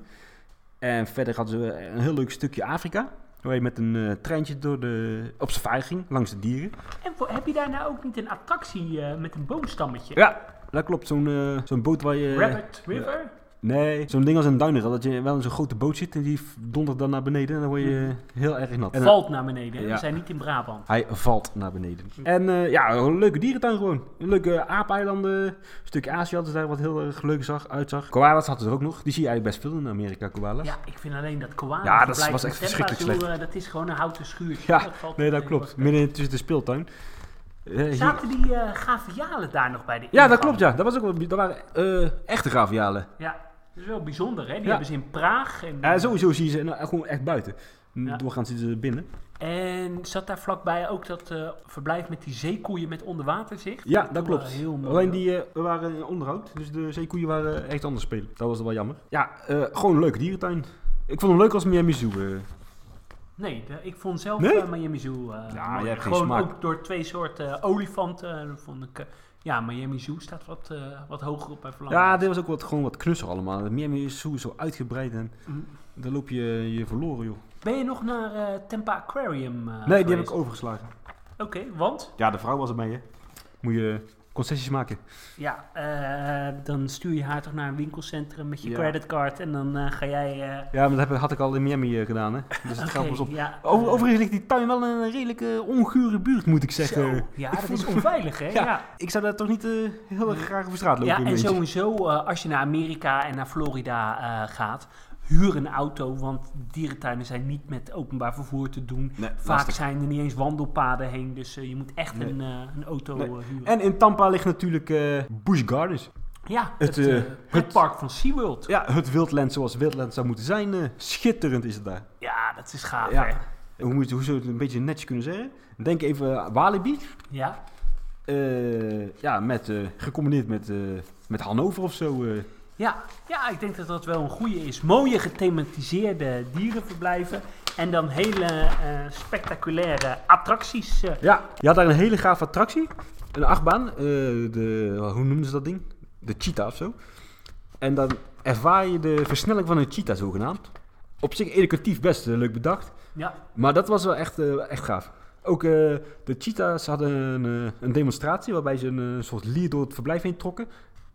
En verder hadden ze een heel leuk stukje Afrika. Waar je met een eh, treintje door de, op safari ging, langs de dieren.
En voor- heb je daarna ook niet een attractie eh, met een boomstammetje?
Ja, dat klopt. Zo'n eh, zo'n boot waar je...
Rabbit River?
Nee, zo'n ding als een duinrel. Dat je wel in zo'n grote boot zit en die f- dondert dan naar beneden. En dan word je heel erg nat. En dan-
Valt naar beneden.
Ja.
We zijn niet in Brabant.
Hij valt naar beneden. En eh, ja, een leuke dierentuin gewoon. Een leuke aapeilanden. Een stukje Azië hadden ze daar wat heel erg leuk zag, uitzag. Koalas hadden ze er ook nog. Die zie je eigenlijk best veel in Amerika, koalas.
Ja, ik vind alleen dat koala
Ja, dat
verblijf
was
in
echt
Tampa
verschrikkelijk
Zoo,
slecht.
eh, dat is gewoon een houten schuurtje.
Ja,
valt
nee, dat
meteen
klopt.
wel.
Midden tussen de speeltuin. Eh, hier-
Zaten die eh gavialen daar nog bij de
Ja, dat
ingang?
klopt ja. Dat, was ook, wel- dat waren eh, echte gravialen.
Ja, dat is wel bijzonder, hè? Die
Ja.
hebben ze in Praag. En,
Eh, sowieso zie je ze nou, gewoon echt buiten.
Ja.
Doorgaan zitten ze binnen.
En zat daar vlakbij ook dat eh, verblijf met die zeekoeien met onderwaterzicht?
Ja, dat
wel
klopt.
heel mooi,
Alleen
hoor.
die eh, we waren in onderhoud, dus de zeekoeien waren echt anders spelen. Dat was wel jammer. Ja, eh, gewoon een leuke dierentuin. Ik vond hem leuk als Miami Zoo. eh.
Nee, de- ik vond zelf
Nee?
eh, Miami Zoo. eh,
Ja,
mooi.
jij hebt geen
Gewoon
smaak.
ook door twee soorten eh, olifanten. eh, vond ik, eh, ja, Miami Zoo staat wat, eh, wat hoger op mijn verlangen.
Ja, dit was ook wat, gewoon wat knusser allemaal. Miami Zoo is zo uitgebreid en
Mm.
daar loop je je verloren, joh.
Ben je nog naar eh, Tampa Aquarium eh,
nee, die heb
geweest?
ik overgeslagen.
Oké, want?
Ja, de vrouw was erbij, hè. Moet je concessies maken.
Ja, eh, dan stuur je haar toch naar een winkelcentrum met je
Ja.
creditcard en dan eh, ga jij... eh,
Ja, maar dat heb- had ik al in Miami eh, gedaan, hè. Dus het gaat
oké,
pas op.
Ja,
Over,
eh,
overigens ligt die tuin wel in een redelijke ongure buurt, moet ik
zo.
zeggen.
Ja,
Ik
dat
vond-
is onveilig, hè?
Ja.
ja.
Ik zou daar toch niet eh, heel erg graag over straat lopen.
Ja,
een
en
beetje.
sowieso eh, als je naar Amerika en naar Florida eh, gaat, huur een auto, want dierentuinen zijn niet met openbaar vervoer te doen.
Nee,
Vaak
lastig.
zijn er niet eens wandelpaden heen, dus eh, je moet echt
Nee.
een, eh, een auto
Nee.
eh, huren.
En in Tampa ligt natuurlijk eh Busch Gardens.
ja,
het,
het,
eh,
eh, het park van SeaWorld. Ja,
Ja, het wildland zoals wildland zou moeten zijn. eh, schitterend is het daar.
dat is gaaf,
Ja.
hè?
Hoe, moet, hoe zou je het een beetje netjes kunnen zeggen? Denk even aan Walibi.
Ja,
Eh, ja, met, eh, gecombineerd met, eh, met Hannover of zo. eh.
ja. ja, ik denk dat dat wel een goede is. Mooie gethematiseerde dierenverblijven en dan hele eh, spectaculaire attracties. eh.
Ja, je had daar een hele gave attractie. Een achtbaan. eh, de, hoe noemden ze dat ding? De cheetah of zo. En dan ervaar je de versnelling van een cheetah zogenaamd. Op zich educatief best eh, leuk bedacht.
ja.
Maar dat was wel echt, eh, echt gaaf. Ook eh, de cheetahs hadden een, eh, een demonstratie waarbij ze een eh, soort lier door het verblijf heen trokken.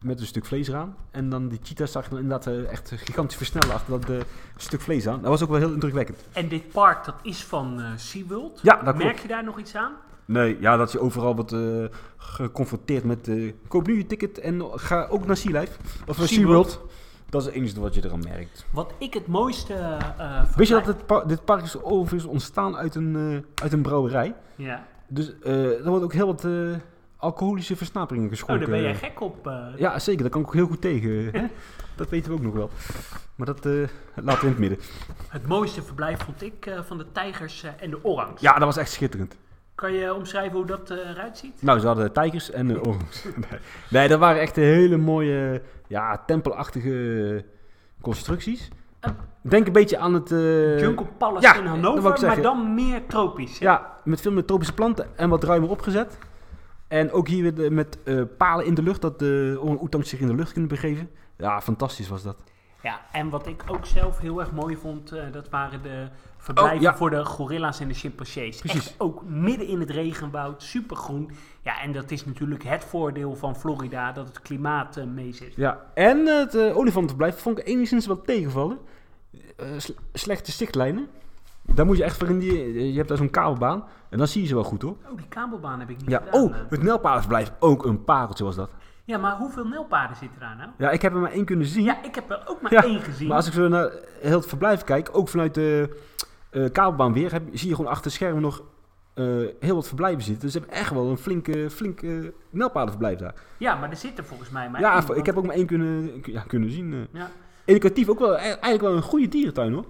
Met een stuk vlees eraan. En dan die cheetahs zag je dan inderdaad eh, echt gigantisch versnellen achter dat eh, stuk vlees aan. Dat was ook wel heel indrukwekkend.
En dit park, dat is van eh SeaWorld.
Ja, dat
Merk
Nou, klopt.
je daar nog iets aan?
Nee, ja, dat je overal wordt eh, geconfronteerd met... eh, koop nu je ticket en ga ook naar Sea Life. Of naar
SeaWorld.
SeaWorld. Dat is het enige wat je eraan merkt.
Wat ik het mooiste eh
Weet je
verblijf-
dat dit, par- dit park is overigens ontstaan uit een, eh, uit een brouwerij?
Ja.
Dus eh er wordt ook heel wat eh, alcoholische versnaperingen
Oh,
geschonken.
daar ben jij gek op. eh.
Ja, zeker. Dat kan ik ook heel goed tegen. hè? dat weten we ook nog wel. Maar dat eh, laten we in het midden.
Het mooiste verblijf vond ik eh, van de tijgers eh, en de orangs.
Ja, dat was echt schitterend.
Kan je omschrijven hoe dat eh, eruit ziet?
Nou, ze hadden tijgers en eh, orangs. Nee. nee, dat waren echt eh, hele mooie, ja, tempelachtige constructies. Denk een beetje aan het... eh,
Jungle Palace
ja,
in
dat wou ik
Hannover, maar
zeggen.
dan meer tropisch. hè?
Ja, met veel meer tropische planten en wat ruimer opgezet. En ook hier weer de- met eh, palen in de lucht, dat de orang-oetangs zich in de lucht kunnen begeven. Ja, fantastisch was dat.
Ja, en wat ik ook zelf heel erg mooi vond, eh, dat waren de verblijven
Oh, ja.
voor de gorilla's en de chimpansees.
Precies.
Echt ook midden in het regenwoud, supergroen. Ja, en dat is natuurlijk het voordeel van Florida, dat het klimaat eh, mee zit.
Ja, en het eh, olifantenverblijf vond ik enigszins wel tegenvallen. Eh, sle- slechte zichtlijnen. Daar moet je echt voor in die... eh, Je hebt daar zo'n kabelbaan. En dan zie je ze wel goed hoor.
Oh, die kabelbaan heb ik niet
Ja,
gedaan.
oh,
eh.
het nelpaardenverblijf. Ook een pareltje was dat.
Ja, maar hoeveel nijlpaarden zitten daar nou?
Ja, ik heb er maar één kunnen zien.
Ja, ik heb er ook maar
Ja,
één gezien.
Maar als ik zo naar heel het verblijf kijk, ook vanuit de eh, kabelbaan weer, heb, zie je gewoon achter de schermen nog eh, heel wat verblijven zitten. Dus ze hebben echt wel een flinke, flinke nelpaardenverblijf daar.
Ja, maar er zitten volgens mij maar één,
ja,
want-
ik heb ook maar één kunnen, ja, kunnen zien. eh.
Ja.
educatief ook wel, e- eigenlijk wel een goede dierentuin hoor.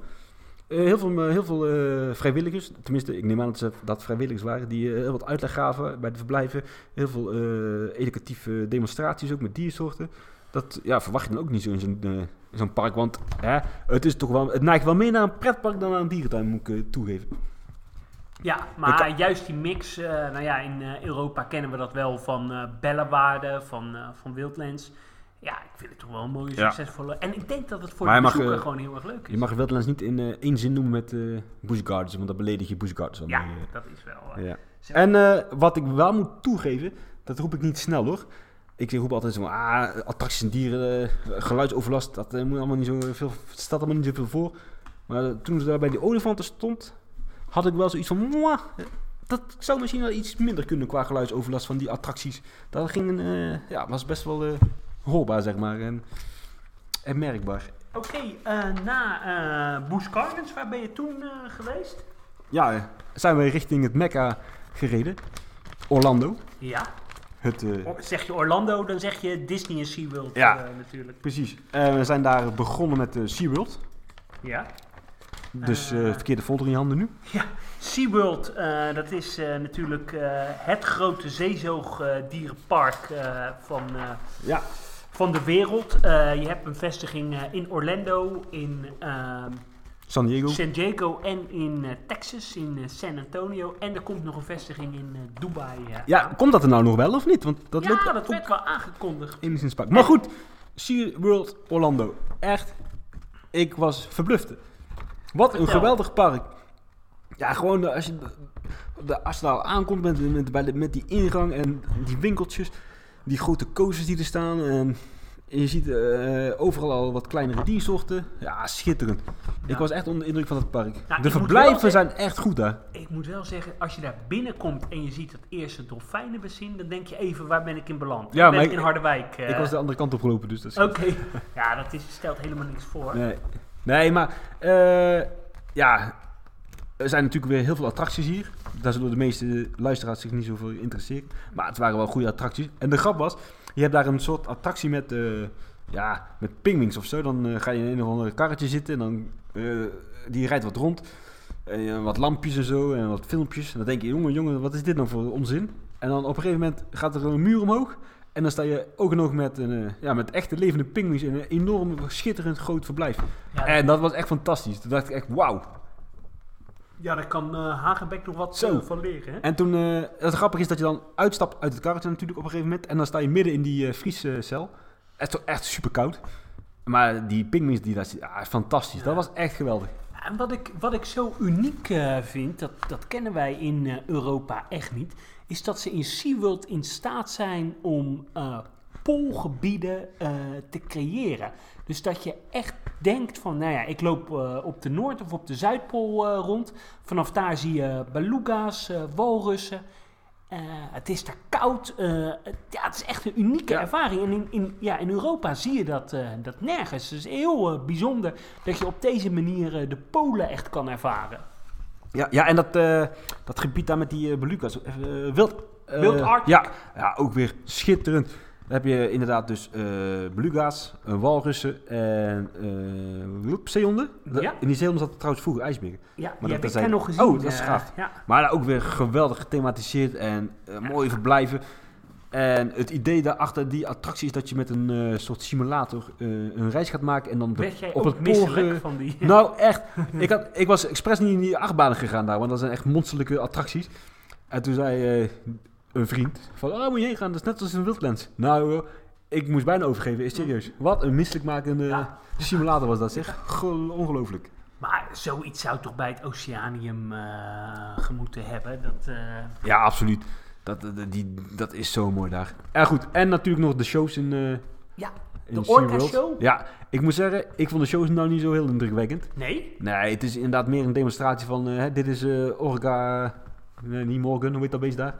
Eh, heel veel, eh, heel veel eh, vrijwilligers, tenminste ik neem aan dat ze dat vrijwilligers waren, die eh, heel wat uitleg gaven bij de verblijven. Heel veel eh, educatieve demonstraties ook met diersoorten. Dat ja, verwacht je dan ook niet zo in zo'n eh, in zo'n park, want hè, het, is toch wel, het neigt wel meer naar een pretpark dan naar een dierentuin, moet ik eh, toegeven.
Ja,
Ik
maar juist die mix, eh, nou ja, in eh, Europa kennen we dat wel van eh bellenwaarden, van, eh, van wildlands. Ja, ik vind het toch wel een mooie,
Ja.
succesvolle... En ik denk dat het voor
Maar
de
je mag,
bezoeker
eh,
gewoon heel erg leuk
Je
is.
mag Wildlands niet in eh, één zin noemen met eh Busch Gardens, want dan beledig je Busch Gardens. wel
Ja,
mee, eh.
dat is wel... eh,
Ja.
Zelf-
En eh, wat ik wel moet toegeven, dat roep ik niet snel hoor. Ik roep altijd zo, ah, attracties en dieren, eh, geluidsoverlast, dat eh, moet allemaal niet zo veel, het staat allemaal niet zoveel voor. Maar eh, toen ze daar bij die olifanten stond, had ik wel zoiets van, mwah, eh, dat zou misschien wel iets minder kunnen qua geluidsoverlast van die attracties. Dat ging, een, eh, ja, was best wel eh, hoorbaar zeg maar en, en merkbaar.
Oké, eh, na eh Busch Gardens, waar ben je toen eh, geweest?
Ja, eh, zijn we richting het Mecca gereden, Orlando.
Ja,
Het, eh,
O- zeg je Orlando, dan zeg je Disney en SeaWorld
Ja.
eh, natuurlijk.
Precies. Eh, we zijn daar begonnen met eh SeaWorld.
Ja,
Dus
Eh.
eh, verkeerde folder in je handen nu.
SeaWorld, eh, dat is eh, natuurlijk eh, het grote zeezoogdierenpark eh, van, eh,
Ja.
van de wereld. Eh, je hebt een vestiging eh, in Orlando, in ehm,
San Diego.
San Diego en in eh, Texas, in eh, San Antonio. En er komt nog een vestiging in eh, Dubai. eh.
Ja, komt dat er nou nog wel of niet? Want dat
Ja,
loopt
dat werd wel aangekondigd.
enigszins pak. Maar goed, SeaWorld Orlando. Echt, ik was verbluft. Wat een
Vertel.
geweldig park. Ja, gewoon de- als je, de, als je daar al aankomt met, met, bij de- met die ingang en die winkeltjes. Die grote coasters die er staan. ehm, En je ziet eh, overal al wat kleinere diersoorten. Ja, schitterend.
Ja. Nou,
Ik was echt onder de indruk van het park.
ik
de
moet
verblijven
wel
zijn echt goed daar.
Ik moet wel zeggen, als je daar binnenkomt en je ziet dat eerste dolfijnenbassin, dan denk je even, waar ben ik in beland?
Ja,
ben
maar
ik
ik-
in Harderwijk. eh.
Ik was de andere kant opgelopen, dus dat is
Oké. Ja, dat is, stelt helemaal niks voor.
Nee, nee maar eh, ja, er zijn natuurlijk weer heel veel attracties hier. Daar zullen de meeste luisteraars zich niet zo voor interesseren. Maar het waren wel goede attracties. En de grap was, je hebt daar een soort attractie met, eh ja, met pingwings of zo. Dan eh, ga je in een of ander karretje zitten en dan, eh, die rijdt wat rond. En, eh, wat lampjes en zo en wat filmpjes. En dan denk je, jongen, jongen, wat is dit nou voor onzin? En dan op een gegeven moment gaat er een muur omhoog. En dan sta je ook nog met, een, eh, ja, met echte levende pingwings in een enorm, schitterend groot verblijf.
Ja,
En dat was echt fantastisch. Toen dacht ik echt, wauw.
Ja, daar kan eh, Hagenbeck nog wat
Zo.
eh, van leren. Hè?
En toen, eh, het grappige is dat je dan uitstapt uit het karretje natuurlijk op een gegeven moment. En dan sta je midden in die eh vriescel. Het is echt super koud. Maar die pingwings die daar zitten, ah, fantastisch. Dat was echt geweldig.
En wat ik, wat ik zo uniek eh, vind, dat, dat kennen wij in eh, Europa echt niet, is dat ze in SeaWorld in staat zijn om eh, poolgebieden eh, te creëren. Dus dat je echt denkt van, nou ja, ik loop eh, op de Noord- of op de Zuidpool eh, rond. Vanaf daar zie je beluga's, eh, walrussen. Eh, het is daar koud. eh, het- ja, het is echt een unieke
Ja.
ervaring. En in, in, ja, in Europa zie je dat, eh, dat nergens. Het is heel eh, bijzonder dat je op deze manier eh, de Polen echt kan ervaren.
Ja, ja en dat, eh, dat gebied daar met die eh, beluga's. eh, wild, eh,
Wild Arctic.
Ja, ja, ook weer schitterend. Dan heb je inderdaad dus eh, beluga's, eh, walrussen en eh, woep, zeehonden.
Ja.
In die zeehonden zat trouwens vroeger ijsberen.
Ja, die
dat
heb ik
terzijde.
daar nog gezien.
Oh, dat is
eh,
gaaf.
ja.
Maar daar ook weer geweldig gethematiseerd en eh, mooie verblijven. En het idee daarachter die attractie is dat je met een eh, soort simulator eh, een reis gaat maken en dan de-
Werd jij
op
op
het
ook
pool
misselijk
ge-
van die...
Nou, echt. Ik, had, ik was expres niet in die achtbanen gegaan daar, want dat zijn echt monsterlijke attracties. En toen zei eh, een vriend van, oh, moet je heen gaan, dat is net als in Wildlands. Nou, joh, ik moest bijna overgeven, is serieus. Wat een misselijkmakende
Ja.
simulator was dat, zeg. Gel- Ongelooflijk.
Maar zoiets zou toch bij het Oceanium eh gemoeten hebben. Dat, eh,
Ja, absoluut. Dat, dat, die, dat is zo mooi daar. En goed, en natuurlijk nog de shows in, eh
ja,
in
de Orca
SeaWorld.
Show?
Ja, ik moet zeggen, ik vond de shows nou niet zo heel indrukwekkend.
Nee?
Nee, het is inderdaad meer een demonstratie van, eh, hè, dit is eh Orca, eh, niet Morgan, hoe heet dat beest daar?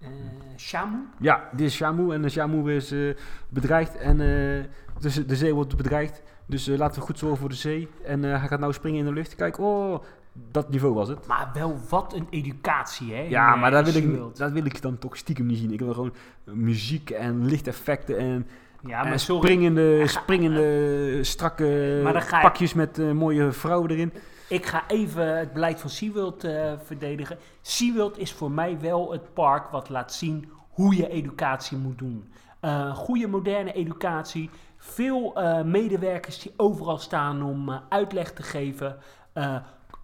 Eh Shamu?
Ja, dit is Shamu en de Shamu is eh, bedreigd en eh, dus de zee wordt bedreigd. Dus eh, laten we goed zorgen voor de zee. En eh, hij gaat nou springen in de lucht. Kijk, oh, dat niveau was het.
Maar wel wat een educatie, hè? in,
Ja,
eh,
maar dat
in
wil, ik,
SeaWorld.
dat wil ik dan toch stiekem niet zien. Ik wil gewoon muziek en lichteffecten en,
Ja,
en
maar sorry.
springende, springende strakke
Maar dan ga je-
pakjes met eh, mooie vrouwen erin.
Ik ga even het beleid van SeaWorld eh, verdedigen. SeaWorld is voor mij wel het park wat laat zien hoe je educatie moet doen. Eh, goede moderne educatie. Veel eh, medewerkers die overal staan om eh, uitleg te geven. Eh,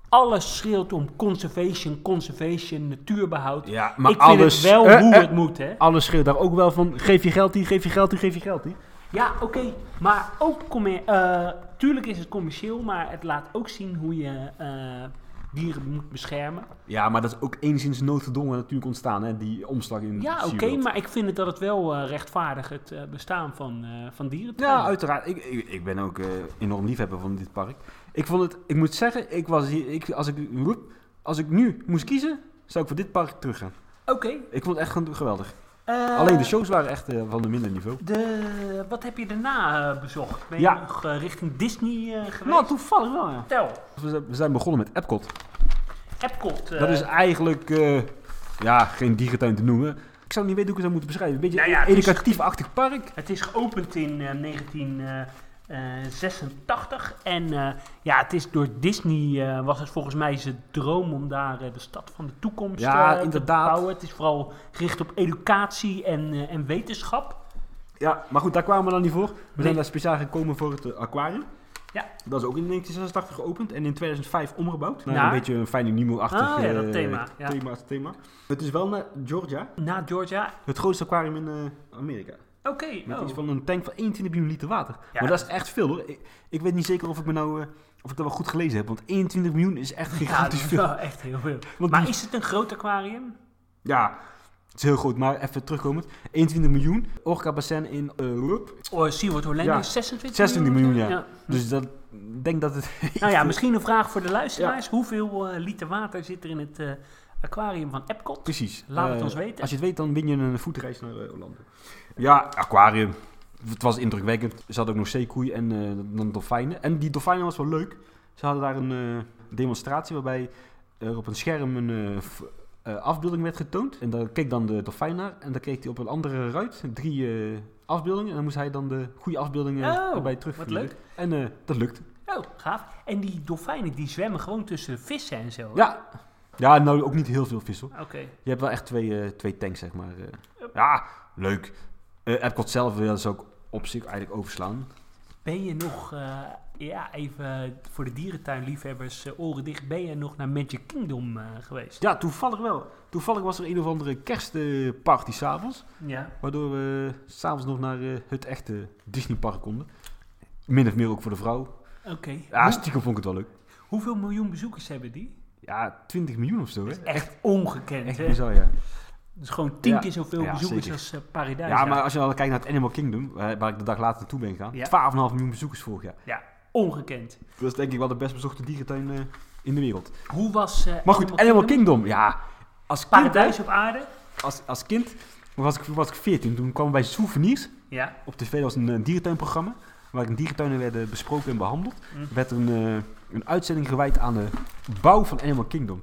alles schreeuwt om conservation, conservation, natuurbehoud.
Ja,
Ik vind het wel
Eh,
hoe het moet, hè?
Alles schreeuwt daar ook wel van, geef je geld hier, geef je geld hier, geef je geld hier.
Ja, oké. Maar ook, commer- eh, tuurlijk is het commercieel, maar het laat ook zien hoe je eh, dieren moet beschermen.
Ja, maar dat is ook enigszins noodgedwongen natuurlijk ontstaan, hè, die omslag in
Ja, oké,
SeaWorld.
maar ik vind het dat het wel eh, rechtvaardig het eh, bestaan van, eh van dieren.
Ja, uiteraard. Ik, ik, ik ben ook eh, enorm liefhebber van dit park. Ik vond het, ik moet zeggen, ik was hier, ik, als, ik, woep, als ik nu moest kiezen, zou ik voor dit park teruggaan.
Oké.
Ik vond het echt gewoon geweldig.
eh,
Alleen de shows waren echt eh, van een minder niveau.
de- wat heb je daarna eh, bezocht? Ben je
Ja.
nog eh, richting Disney eh geweest?
Nou, toevallig wel, ja.
Vertel,
We zijn, we zijn begonnen met Epcot.
Epcot. eh,
Dat is eigenlijk, eh, ja, geen dierentuin te noemen. Ik zou niet weten hoe ik het zou moeten beschrijven. Een beetje
Nou
een
ja, het is-
educatief-achtig park.
Het is geopend in eh, 19, eh, eh, 86. En eh, ja, het is door Disney eh, was het volgens mij zijn droom om daar eh, de stad van de toekomst
Ja,
eh, te
inderdaad.
bouwen. Het is vooral gericht op educatie en, eh, en wetenschap.
Ja, maar goed, daar kwamen we dan niet voor. We
Nee.
zijn daar speciaal gekomen voor het eh, aquarium.
Ja.
Dat is ook in 1986 geopend en in 2005 omgebouwd. Naar
Naar?
Een beetje een fijne Nemo-achtig
Ah, ja, dat
eh,
thema, ja.
thema, thema. Het is wel naar Georgia,
Na Georgia.
het grootste aquarium in eh, Amerika.
Oké.
Met
oh.
iets van een tank van 21 miljoen liter water.
Ja.
Maar dat is echt veel hoor. Ik, ik weet niet zeker of ik, me nou, eh, of ik dat wel goed gelezen heb, want 21 miljoen is echt
ja, dat
gigantisch
is
veel.
wel echt heel veel.
Want
Maar
die-
is het een groot aquarium?
Ja, het is heel groot, maar even terugkomend. 21 miljoen, Orca Bassin in eh Loop.
Oh, SeaWorld Orlando
Ja,
is 26
26 miljoen, ja.
ja.
Dus dat, ik denk dat het...
Hm. Nou ja, misschien een vraag voor de luisteraars. Hoeveel eh, liter water zit er in het eh, aquarium van Epcot?
Precies.
Laat het
Eh,
ons weten.
Als je het weet, dan win je een voetreis naar eh, Orlando. Ja, aquarium. Het was indrukwekkend. Ze hadden ook nog zeekoeien en eh, dan dolfijnen. En die dolfijnen was wel leuk. Ze hadden daar een eh, demonstratie waarbij er op een scherm een eh, v- eh, afbeelding werd getoond. En daar keek dan de dolfijn naar. En dan keek hij op een andere ruit drie eh, afbeeldingen. En dan moest hij dan de goede afbeeldingen
Oh,
erbij
wat
terugvinden.
leuk.
En eh, dat lukt.
Oh, gaaf. En die dolfijnen die zwemmen gewoon tussen de vissen en zo. hè?
Ja. ja, nou ook niet heel veel vissen. hoor.
Oké.
Je hebt wel echt twee, eh, twee tanks, zeg maar. eh. Ja, leuk. Eh, Epcot zelf wil ze ook op zich eigenlijk overslaan.
Ben je nog, eh, ja, even voor de dierentuinliefhebbers eh, oren dicht, ben je nog naar Magic Kingdom eh, geweest?
Ja, toevallig wel. Toevallig was er een of andere kerstparty s'avonds.
Ja.
Waardoor we s'avonds nog naar eh, het echte Disneypark konden. Min of meer ook voor de vrouw.
Oké.
Ja,
Hoe-
stiekem vond ik het wel leuk.
hoeveel miljoen bezoekers hebben die?
Ja, 20 miljoen of zo. Hè?
Echt ongekend,
Echt
hè?
bizar, ja.
Dat is gewoon tien
Ja.
keer zoveel
Ja,
bezoekers
zeker.
als eh, Paradijs.
Ja, maar als je dan kijkt naar het Animal Kingdom, eh, waar ik de dag later naartoe ben gegaan.
Ja.
12,5 miljoen bezoekers vorig jaar.
Ja, ongekend.
Dat is denk ik wel de best bezochte dierentuin eh, in de wereld.
Hoe was eh,
Maar goed, Animal Kingdom, ja. Als kind, hè,
Paradijs op aarde?
als, als kind was ik, was ik 14. Toen kwamen wij souvenirs.
Ja.
Op tv dat was een, eh, dierentuinprogramma. Waarin dierentuinen werden besproken en behandeld.
Mm.
Er werd een, eh, een uitzending gewijd aan de bouw van Animal Kingdom.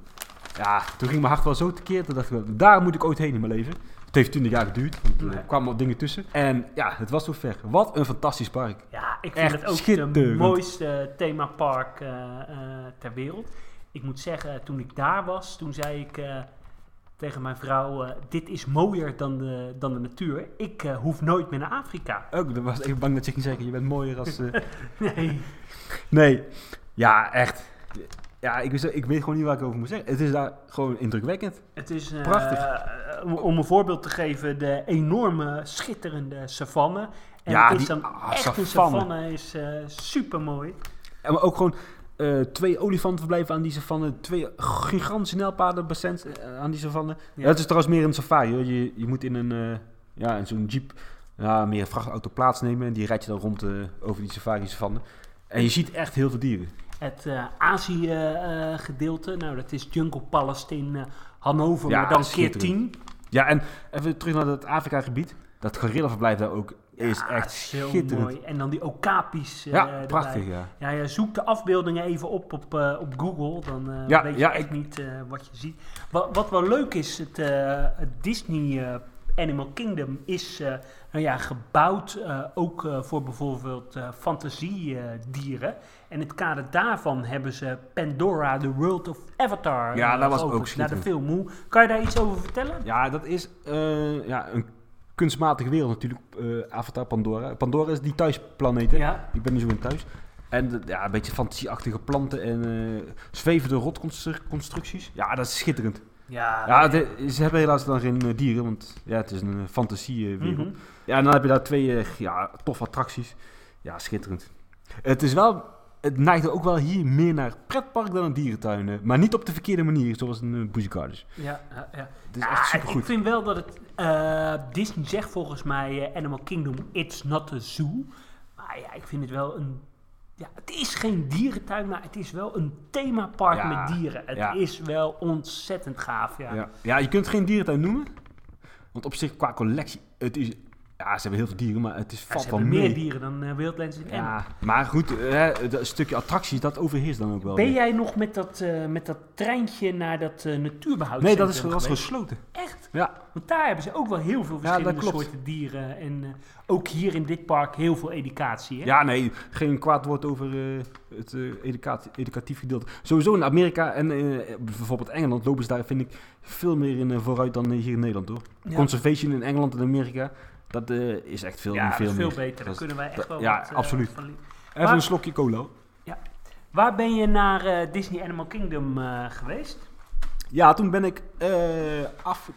Ja, toen ging mijn hart wel zo tekeer. Toen dacht ik, wel, daar moet ik ooit heen in mijn leven. Het heeft 20 jaar geduurd. want eh, Er
Nee.
kwamen wat dingen tussen. En ja, het was zover. Wat een fantastisch park.
Ja, ik
Echt
vind het ook de
schitterend.
mooiste themapark eh, eh, ter wereld. Ik moet zeggen, toen ik daar was, toen zei ik eh, tegen mijn vrouw: eh, Dit is mooier dan de, dan de natuur. Ik eh, hoef nooit meer naar Afrika.
Ook, dan was ik even bang dat je ging zeggen, je bent mooier als... eh,
Nee.
Nee, ja, echt. Ja, ik, wist- ik weet gewoon niet waar ik over moet zeggen. Het is daar gewoon indrukwekkend.
Het is eh,
Prachtig.
eh, om- om een voorbeeld te geven, de enorme, schitterende savanne. En
Ja,
het is
die-
dan
ah,
echt een
savanne.
savanne is eh, super mooi.
En maar ook gewoon eh, twee olifantenverblijven aan die savanne. Twee gigantische nijlpaardenbassins eh, aan die savanne.
Ja.
Ja, het is trouwens meer een safari. Hoor. Je, je moet in een, eh, ja, in zo'n jeep, ja, meer een vrachtauto plaatsnemen. En die rijdt je dan rond eh, over die safari savanne. En je ziet echt heel veel dieren.
Het eh, Azië-gedeelte, nou dat is Jungle Palace in eh, Hannover,
Ja,
maar dan keer
schitterend.
10.
Ja, en even terug naar dat Afrika-gebied. Dat gorillaverblijf daar ook is
Ja,
echt
het is heel
schitterend.
Ah, mooi. En dan die okapis. eh,
Ja,
erbij.
prachtig, ja.
Ja, ja, zoek de afbeeldingen even op op, eh, op Google. Dan eh,
Ja,
weet je
ja,
echt
ik-
niet eh, wat je ziet. Wat, wat wel leuk is, het, eh, het Disney eh, Animal Kingdom is eh, nou ja, gebouwd eh, ook eh, voor bijvoorbeeld eh, fantasiedieren. en in het kader daarvan hebben ze Pandora, The World of Avatar.
Ja,
eh,
dat was ook
geopend, Naar de
schitterend.
film. Hoe- Kan je daar iets over vertellen?
Ja, dat is eh, ja, een kunstmatige wereld natuurlijk. eh, Avatar Pandora. Pandora is die thuisplaneet. hè?
Ja.
Ik ben er zo in thuis. En eh, ja, een beetje fantasieachtige planten en eh, zwevende rotconstructies. Ja, dat is schitterend.
Ja,
Ja, de- ze hebben helaas dan geen eh, dieren, want ja, het is een eh, fantasiewereld.
Mhm.
Ja, en dan heb je daar twee eh, ja, toffe attracties. Ja, schitterend. Het is wel, het neigt ook wel hier meer naar pretpark dan een dierentuin. eh, Maar niet op de verkeerde manier, zoals een uh, Busch Gardens.
ja, ja, ja.
Het is echt
Ja,
supergoed.
Nou, Ah, Ik vind wel dat het... eh, Disney zegt volgens mij eh, Animal Kingdom, it's not a zoo. Maar ja, ik vind het wel een... Ja, het is geen dierentuin, maar het is wel een themapark
Ja,
met dieren. Het
ja.
is wel ontzettend gaaf, ja.
Ja. ja, je kunt het geen dierentuin noemen. Want op zich, qua collectie, het is Ja, ze hebben heel veel dieren, maar het is
Ja,
valt
ze
wel
hebben
mee.
meer dieren dan eh, Wildlands in Emmen.
Ja, maar goed, eh, dat stukje attracties, dat overheerst dan ook wel.
Ben
weer.
jij nog met dat, eh, met dat treintje naar dat eh natuurbehoud?
nee, dat is, was gesloten.
Echt?
Ja,
Want daar hebben ze ook wel heel veel
dat
verschillende
klopt.
soorten dieren. En eh, ook hier in dit park heel veel educatie. Hè?
ja, nee, geen kwaad woord over eh, het eh, educatie- educatief gedeelte. Sowieso in Amerika en eh, bijvoorbeeld Engeland lopen ze daar, vind ik, veel meer in eh, vooruit dan eh, hier in Nederland, hoor.
Ja.
Conservation in Engeland en Amerika, dat eh, is echt veel,
Ja, dat
veel
is veel
meer.
beter. Daar
Dat is-
kunnen wij echt
dat-
wel
ja,
wat, eh,
absoluut.
van leren.
Even een slokje cola.
Waar ben je naar eh, Disney Animal Kingdom eh, geweest?
Ja, toen ben ik eh, af...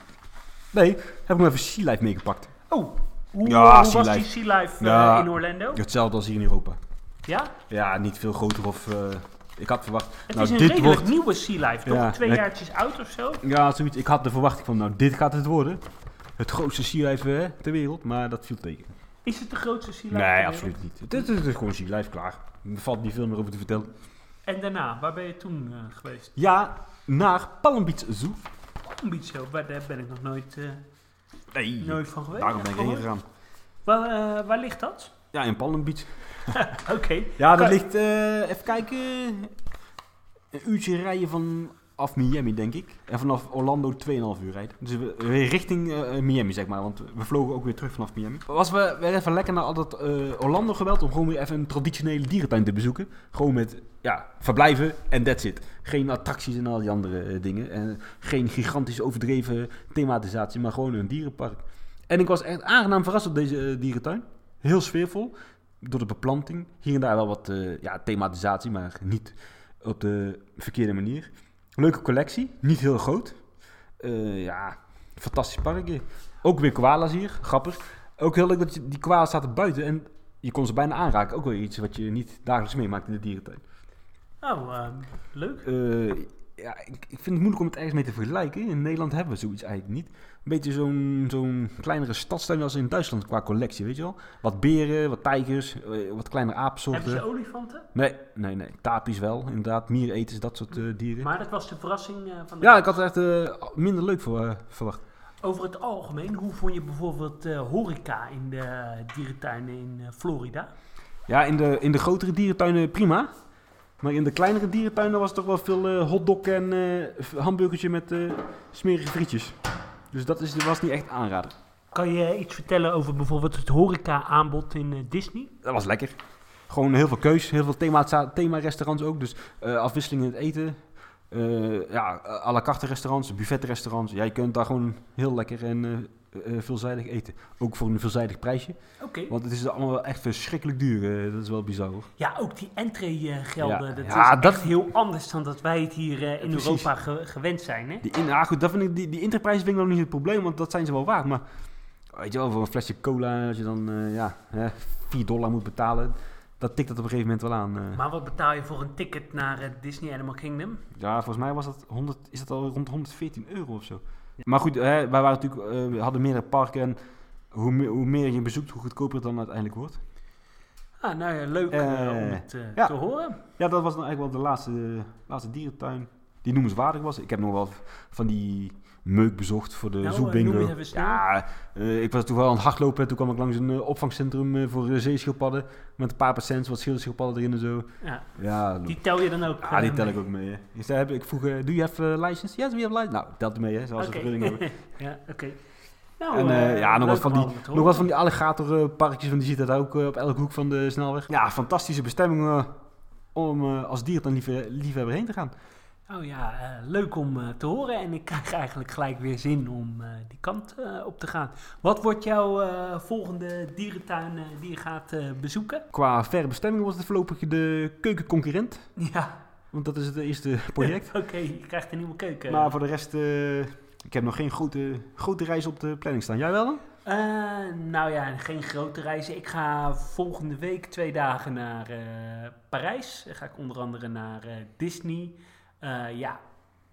Nee, heb ik me even Sea Life meegepakt.
Oh, hoe,
Ja,
hoe
Sea
was
Life.
die Sea Life eh,
Ja.
in Orlando?
Hetzelfde als hier in Europa.
Ja?
Ja, niet veel groter of... eh, ik had verwacht...
Het
nou,
is een
dit
redelijk
wordt...
nieuwe Sea Life, toch?
Ja,
Twee
ik-
jaartjes oud of zo?
Ja, zoiets. Ik had de verwachting van, nou, dit gaat het worden. Het grootste Sea Life eh, ter wereld, maar dat viel tegen.
Is het de grootste Sea Life? ter
Nee,
wereld?
absoluut niet. Het is, het is gewoon Sea Life, klaar. Er valt niet veel meer over te vertellen.
En daarna, waar ben je toen eh, geweest?
Ja, naar Palm Beach Zoo.
Palm Beach Zoo, waar- daar ben ik nog nooit, eh,
Nee,
nooit Oh. van geweest.
daarom ben ik heen
Gehoord.
gegaan.
Waar, eh, waar ligt dat?
Ja, in Palm Beach.
Oké.
Ja, dat
Kan-
ligt, eh, even kijken, een uurtje rijden vanaf Miami, denk ik. En vanaf Orlando 2,5 uur rijden. Dus we- weer richting eh, Miami, zeg maar, want we vlogen ook weer terug vanaf Miami. Was we weer even lekker naar al dat eh, Orlando geweld om gewoon weer even een traditionele dierentuin te bezoeken. Gewoon met, ja, verblijven en that's it. Geen attracties en al die andere eh, dingen. En geen gigantisch overdreven thematisatie, maar gewoon een dierenpark. En ik was echt aangenaam verrast op deze eh, dierentuin. Heel sfeervol door de beplanting. Hier en daar wel wat eh, ja, thematisatie, maar niet op de verkeerde manier. Leuke collectie, niet heel groot. Eh, ja, fantastisch parkje. Ook weer koala's hier, grappig. Ook heel leuk dat je, die koala's zaten buiten en je kon ze bijna aanraken. Ook wel iets wat je niet dagelijks meemaakt in de dierentuin.
Oh, ehm, leuk.
Eh, ja, ik, ik vind het moeilijk om het ergens mee te vergelijken. In Nederland hebben we zoiets eigenlijk niet. Een beetje zo'n zo'n kleinere stadstuin als in Duitsland qua collectie, weet je wel. Wat beren, wat tijgers, eh, wat kleinere apensoorten.
Hebben ze olifanten?
Nee, nee, nee. Tapies wel, inderdaad. Miereters, dat soort eh, dieren.
Maar dat was de verrassing eh, van de
Ja, ik had het echt eh, minder leuk voor, eh, verwacht.
Over het algemeen, hoe vond je bijvoorbeeld eh, horeca in de dierentuinen in eh, Florida?
Ja, in de, in de grotere dierentuinen prima. Maar in de kleinere dierentuinen was het toch wel veel eh, hotdog en eh hamburgertje met eh, smerige frietjes. Dus dat is, was niet echt aanraden.
Kan je iets vertellen over bijvoorbeeld het horeca-aanbod in eh, Disney?
Dat was lekker. Gewoon heel veel keus, heel veel thema, thema-restaurants ook. Dus eh, afwisseling in het eten. Eh, ja, à la carte restaurants, buffetrestaurants. Jij kunt daar gewoon heel lekker en eh, eh, veelzijdig eten. Ook voor een veelzijdig prijsje.
Oké.
Want het is allemaal wel echt verschrikkelijk duur. eh, dat is wel bizar hoor.
Ja, ook die entree-gelden.
Ja,
dat
ja,
is
dat-
echt heel anders dan dat wij het hier eh, in
Precies.
Europa ge- gewend zijn. Hè?
Die in, ah, goed, dat vind ik, die, die interprijzen vind ik nog niet het probleem, want dat zijn ze wel waard. Maar weet je wel, voor een flesje cola, als je dan eh, ja, hè, 4 dollar moet betalen, dat tikt dat op een gegeven moment wel aan. eh.
Maar wat betaal je voor een ticket naar eh, Disney Animal Kingdom?
Ja, volgens mij was dat 100, is dat al rond 114 euro of zo. Maar goed, hè, wij waren natuurlijk, eh, we hadden meerdere parken en hoe, me- hoe meer je bezoekt, hoe goedkoper het dan uiteindelijk wordt.
Ah, nou ja, leuk eh,
Eh,
om het eh,
ja.
te horen.
Ja, dat was dan eigenlijk wel de laatste, laatste dierentuin die noemenswaardig was. Ik heb nog wel van die meuk bezocht voor de
Nou, eh,
Zoo
noem
Bingo.
eens even snel.
ja, eh, ik was toen wel aan het hardlopen en toen kwam ik langs een eh, opvangcentrum eh, voor eh, zeeschildpadden. Met een paar patiënten, wat schilderschildpadden erin en zo.
Ja,
Ja,
die tel je dan ook?
Ah, die
eh,
tel
mee?
ik ook mee. hè. Ik, zei, heb, ik vroeg, eh, do you have eh, license? Yes, we have license. Nou, telt mee, hè, zoals we
Oké.
vergunning hebben.
Ja, oké. Nou,
en eh,
eh,
ja, nog wat,
leuk
van
om
die,
allemaal te
nog
horen.
wat van die alligatorparkjes, want die zitten daar ook eh, op elke hoek van de snelweg. Ja, fantastische bestemming eh, om eh, als dierentuinliefhe- liefhebber heen te gaan.
Oh ja, eh, leuk om eh, te horen. En ik krijg eigenlijk gelijk weer zin om eh, die kant eh, op te gaan. Wat wordt jouw eh, volgende dierentuin eh, die je gaat eh, bezoeken?
Qua verre bestemming was het voorlopig de keukenconcurrent,
Ja,
want dat is het eerste project.
oké, je krijgt een nieuwe keuken.
Maar voor de rest, eh, ik heb nog geen grote, grote reis op de planning staan. Jij wel dan?
Eh, nou ja, geen grote reizen. Ik ga volgende week twee dagen naar eh, Parijs. Dan ga ik onder andere naar eh, Disney. Eh, ja,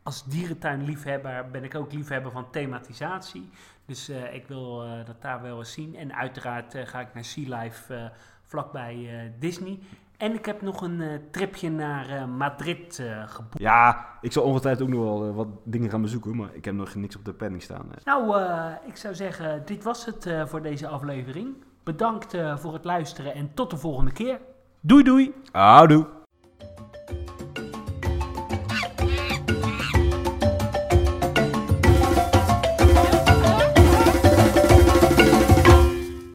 als dierentuinliefhebber ben ik ook liefhebber van thematisatie. Dus eh, ik wil eh, dat daar wel eens zien. En uiteraard eh, ga ik naar Sea Life eh, vlakbij eh, Disney. En ik heb nog een eh, tripje naar eh, Madrid eh, geboekt.
Ja, ik zal ongetwijfeld ook nog wel eh, wat dingen gaan bezoeken, maar ik heb nog niks op de planning staan. eh.
Nou, eh, ik zou zeggen, dit was het eh, voor deze aflevering. Bedankt eh, voor het luisteren en tot de volgende keer. Doei doei!
Houdoe!